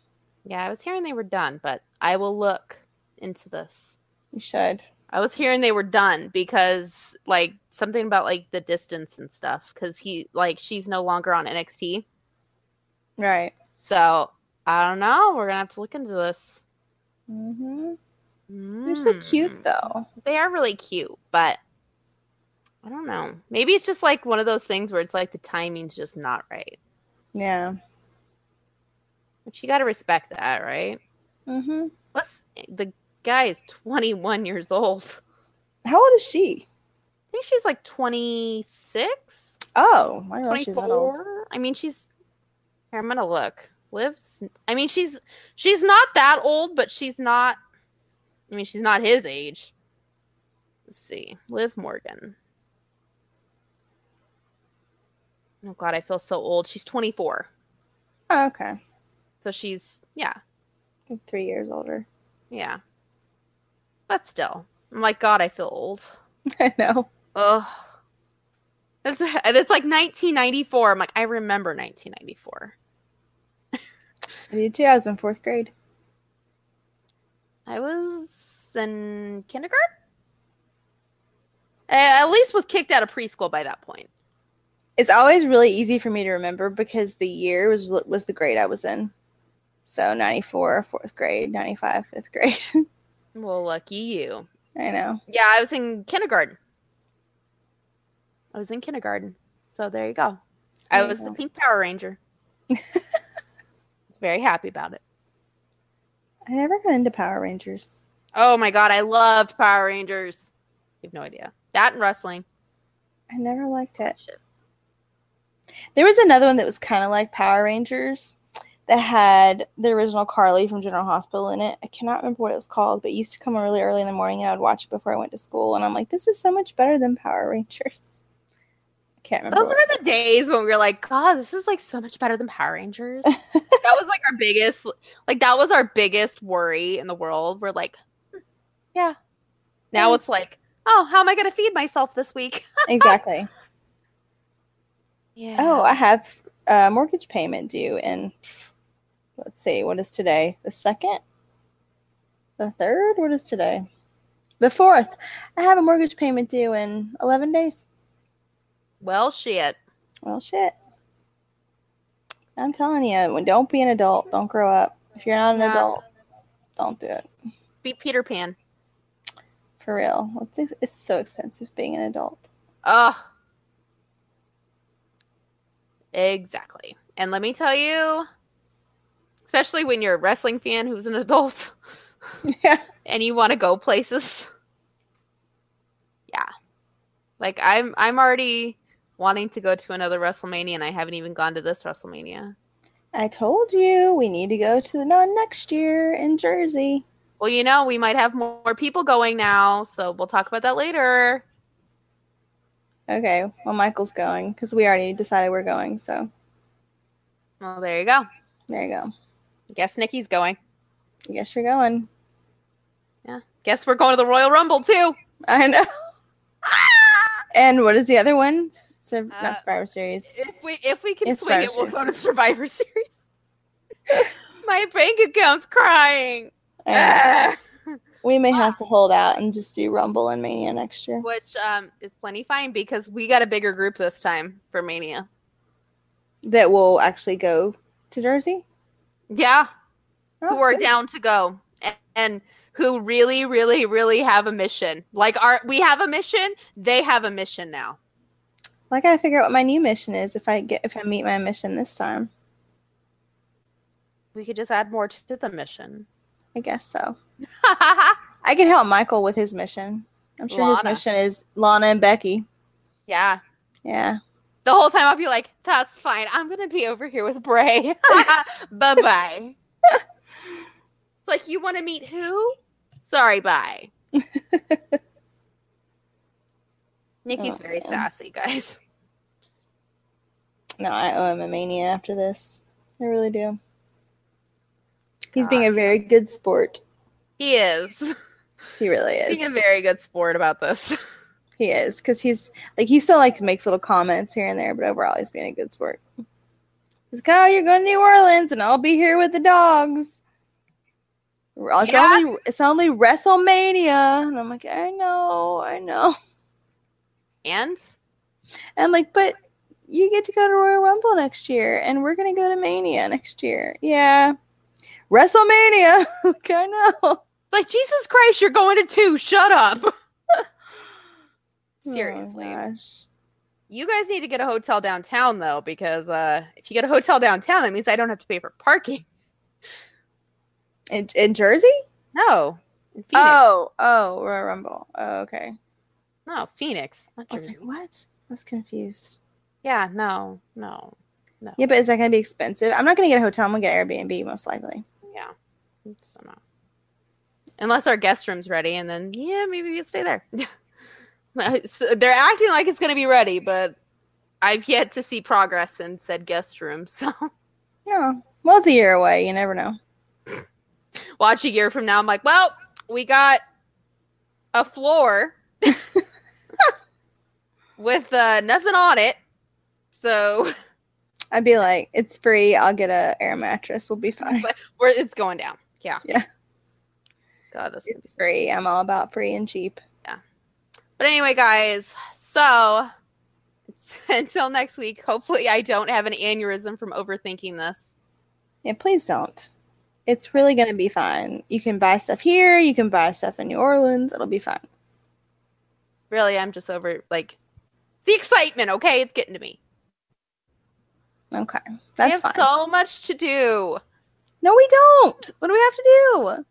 Yeah, I was hearing they were done, but I will look into this. You should. I was hearing they were done because like something about like the distance and stuff. Because he, like, she's no longer on NXT. Right. So I don't know. We're gonna have to look into this. hmm They're so cute, Mm. though. They are really cute, but I don't know. Maybe it's just like one of those things where it's like the timing's just not right. Yeah. But you got to respect that, right? Mm-hmm. Plus, the guy is 21 years old. How old is she? I think she's like 26, Oh, I don't know she's that old. 24. I mean, she's. Here, I'm gonna look. Lives. I mean, she's she's not that old, but she's not. I mean, she's not his age. Let's see, Liv Morgan. Oh God, I feel so old. She's 24, Oh, okay, so she's yeah, Like three years older. *laughs* yeah. But still, I'm like God, I feel old. I know. Ugh. That's, that's like 1994. I'm like, I remember 1994. I did too. I was in fourth grade. I was in kindergarten? I at least was kicked out of preschool by that point. It's always really easy for me to remember because the year was was the grade I was in. So 94, fourth grade, 95, fifth grade. *laughs* Well, lucky you. I know. Yeah, I was in kindergarten. I was in kindergarten. So there you go. I There you was the go. pink Power *laughs* Ranger. I was very happy about it. I never got into Power Rangers. Oh my God, I loved Power Rangers. You have no idea. That and wrestling. I never liked it. Shit. There was another one that was kind of like Power Rangers that had the original Carly from General Hospital in it. I cannot remember what it was called, but it used to come on really early in the morning and I would watch it before I went to school. And I'm like, this is so much better than Power Rangers. I can't remember. Those what- were the days when we were like, God, this is like so much better than Power *laughs* Rangers. that was like our biggest, like that was our biggest worry in the world. We're like, "Hmm, yeah. Now Yeah. it's like, oh, how am I going to feed myself this week? exactly. Yeah. Oh, I have a mortgage payment due in, let's see, what is today? The second? The third? What is today? The fourth. I have a mortgage payment due in 11 days. well, shit. Well, shit. I'm telling you, when- don't be an adult. Don't grow up. If you're not an Yeah. adult, don't do it. Be Peter Pan. For real. It's, ex- it's so expensive being an adult. Ugh. Exactly. And let me tell you, especially when you're a wrestling fan who's an adult Yeah. and you want to go places. Yeah. Like I'm I'm already wanting to go to another WrestleMania and I haven't even gone to this WrestleMania. I told you we need to go to the one next year in Jersey. Well, you know, we might have more, more people going now, so we'll talk about that later. Okay. Well, Michael's going because we already decided we're going. So Well, there you go. I there you go. guess Nikki's going. I guess you're going. *laughs* Guess we're going to the Royal Rumble too. I know. *laughs* and what is the other one? Sur- Uh, not Survivor *laughs* Series. If we if we can It's swing it, Survivor we'll go to Series. Survivor *laughs* Series. *laughs* My bank account's crying. I know. Ah. we may have to hold out and just do Rumble and Mania next *laughs* year. Which um, is plenty fine because we got a bigger group this time for Mania. that will actually go to Jersey. Yeah, Oh, who are good. down to go and, and who really, really, really have a mission. Like our, we have a mission. They have a mission now. Well, I gotta figure out what my new mission is if I get if I meet my mission this time. We could just add more to the mission. *laughs* I guess so. I can help Michael with his mission. I'm sure his Lana. mission is Lana and Becky. yeah. Yeah. The whole time I'll be like, "That's fine. I'm gonna be over here with Bray. *laughs* bye *laughs* bye." it's like you want to meet who? Sorry, *laughs* bye. Nikki's Oh, very man. sassy, guys. No, I owe him a mania after this. I really do. He's being a very good sport. He is He really is. being a very good sport about *laughs* this. he is because he's like he still like makes little comments here and there, but overall he's being a good sport. He's like, "Oh, you're going to New Orleans, and I'll be here with the dogs." Well, It's Yeah. only it's only WrestleMania, and I'm like, I know, I know. and And I'm like, but you get to go to Royal Rumble next year, and we're gonna go to Mania next year. Yeah, WrestleMania. *laughs* like, I know. like Jesus Christ, you're going to two. Shut *laughs* up. Oh, Seriously. gosh. You guys need to get a hotel downtown though, because uh, if you get a hotel downtown, that means I don't have to pay for parking. In, in Jersey? No. in Phoenix. Oh, oh, Royal Rumble. Oh, okay. No, Phoenix. Not I was Jersey. like, what? I was confused. Yeah, no, no. Yeah, but is that going to be expensive? I'm not going to get a hotel. I'm going to get Airbnb most likely. Yeah. It's not. Unless our guest room's ready, and then, yeah, maybe you stay there. *laughs* So they're acting like it's going to be ready, but I've yet to see progress in said guest room. *laughs* So Yeah. Well, it's a year away. You never know. watch a year from now, I'm like, well, we got a floor *laughs* with uh, nothing on it. So I'd be like, it's free. I'll get a air mattress. We'll be *laughs* fine. But- we're, it's going down. Yeah. Yeah. God, that's It's free. I'm all about free and cheap. But anyway, guys, so *laughs* until next week, hopefully I don't have an aneurysm from overthinking this. Yeah, please don't. It's really going to be fine. You can buy stuff here. You can buy stuff in New Orleans. It'll be fine. Really, I'm just over like the excitement, okay? It's getting to me. Okay. we have That's fine. so much to do. no, we don't. What do we have to do?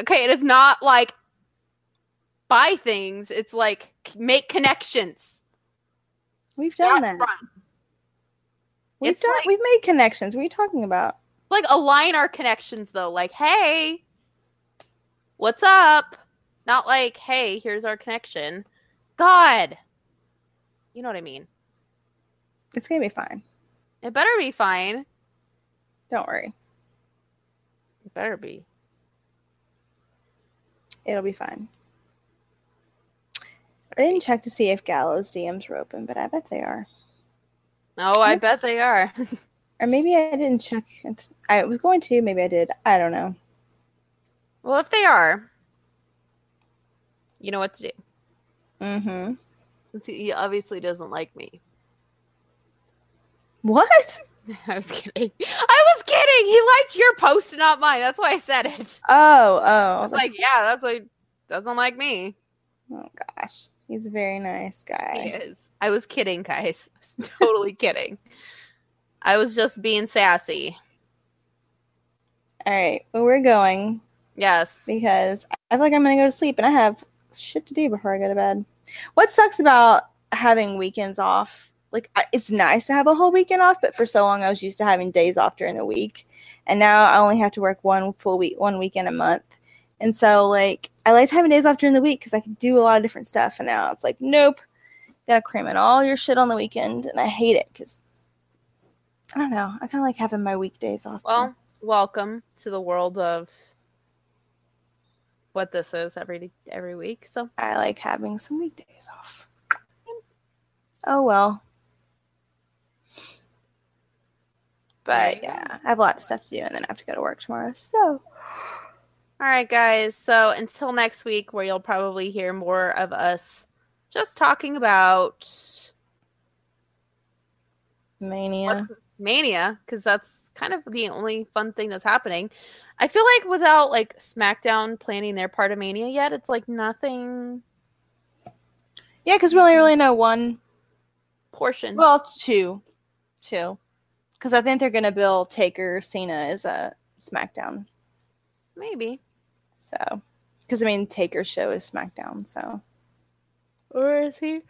Okay, it is not like buy things, it's like c- make connections. We've done that. Not run. We've It's done. like- we've made connections. What are you talking about? Like align our connections though. Like, hey, what's up? Not like, hey, here's our connection. God. You know what I mean? It's gonna be fine. It better be fine. Don't worry. It better be. It'll be fine. I didn't check to see if Gallows DMs were open, but I bet they are. Oh, I Yep. bet they are. *laughs* Or maybe I didn't check. It's- I was going to. Maybe I did. I don't know. well, if they are, you know what to do. Mm-hmm. Since he he obviously doesn't like me. What? *laughs* I was kidding. I was kidding. He liked your post, not mine. That's why I said *laughs* it. Oh, oh. I was like, yeah, that's why he doesn't like me. oh gosh, he's a very nice guy. He is. I was kidding, guys. *laughs* I was totally kidding. I was just being sassy. All right. Well, we're going Yes. because I feel like I'm gonna go to sleep, and I have shit to do before I go to bed. What sucks about having weekends off? Like, I- it's nice to have a whole weekend off, but for so long I was used to having days off during the week, and now I only have to work one full week, one weekend a month. And so, like, I liked having days off during the week because I could do a lot of different stuff. And now it's like, nope, gotta cram in all your shit on the weekend, and I hate it because I don't know. I kind of like having my weekdays off. Well, welcome to the world of what this is every every week. So I like having some weekdays off. Oh well. There But you go. yeah, I have a lot of stuff to do and then I have to go to work tomorrow. So All right, guys. So until next week, where you'll probably hear more of us just talking about mania. what's- Mania, because that's kind of the only fun thing that's happening. I feel like without like SmackDown planning their part of Mania yet, it's like nothing Yeah, because we only really know one. portion. Well, it's two, two. Because I think they're gonna bill Taker Cena as a SmackDown. maybe. So, because I mean Taker's show is SmackDown. So Where is he?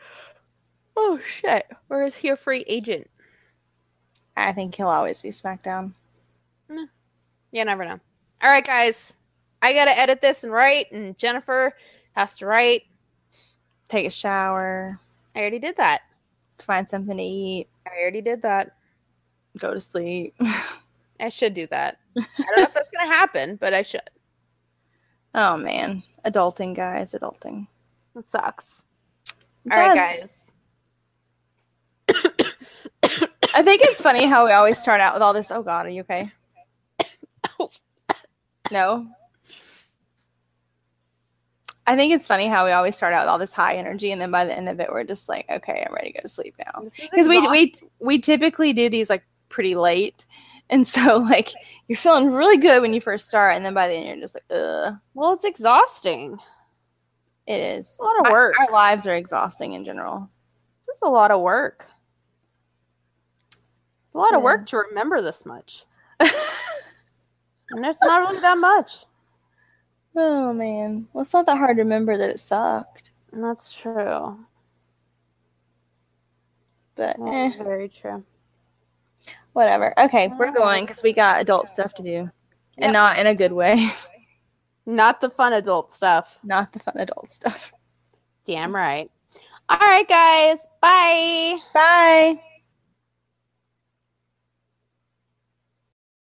Oh shit! Where is he a free agent? I think he'll always be SmackDown. You never know. All right, guys. I gotta edit this and write, and Jennifer has to write. Take a shower, I already did that. find something to eat, I already did that. go to sleep. I should do that. I don't know if that's going to happen, but I *laughs* should. Oh man, adulting guys, adulting. That sucks. It All right, does. guys. I think it's funny how we always start out with all this. Oh God, are you okay? no. I think it's funny how we always start out with all this high energy, and then by the end of it, we're just like, okay, I'm ready to go to sleep now. Because we we we typically do these like pretty late, and so *laughs* like you're feeling really good when you first start, and then by the end, you're just like, ugh, well, it's exhausting. it is A lot of Our- work. Our lives are exhausting in general. This is a lot of work. It's a lot of Yeah. work to remember this much. *laughs* And there's not really that much. Oh man. Well, it's not that hard to remember that it sucked, That's true. but eh, That's very true. whatever. Okay, we're going because we got adult stuff to do, and not in a good way. *laughs* Not the fun adult stuff. not the fun adult stuff. Damn right. All right, guys. Bye. Bye.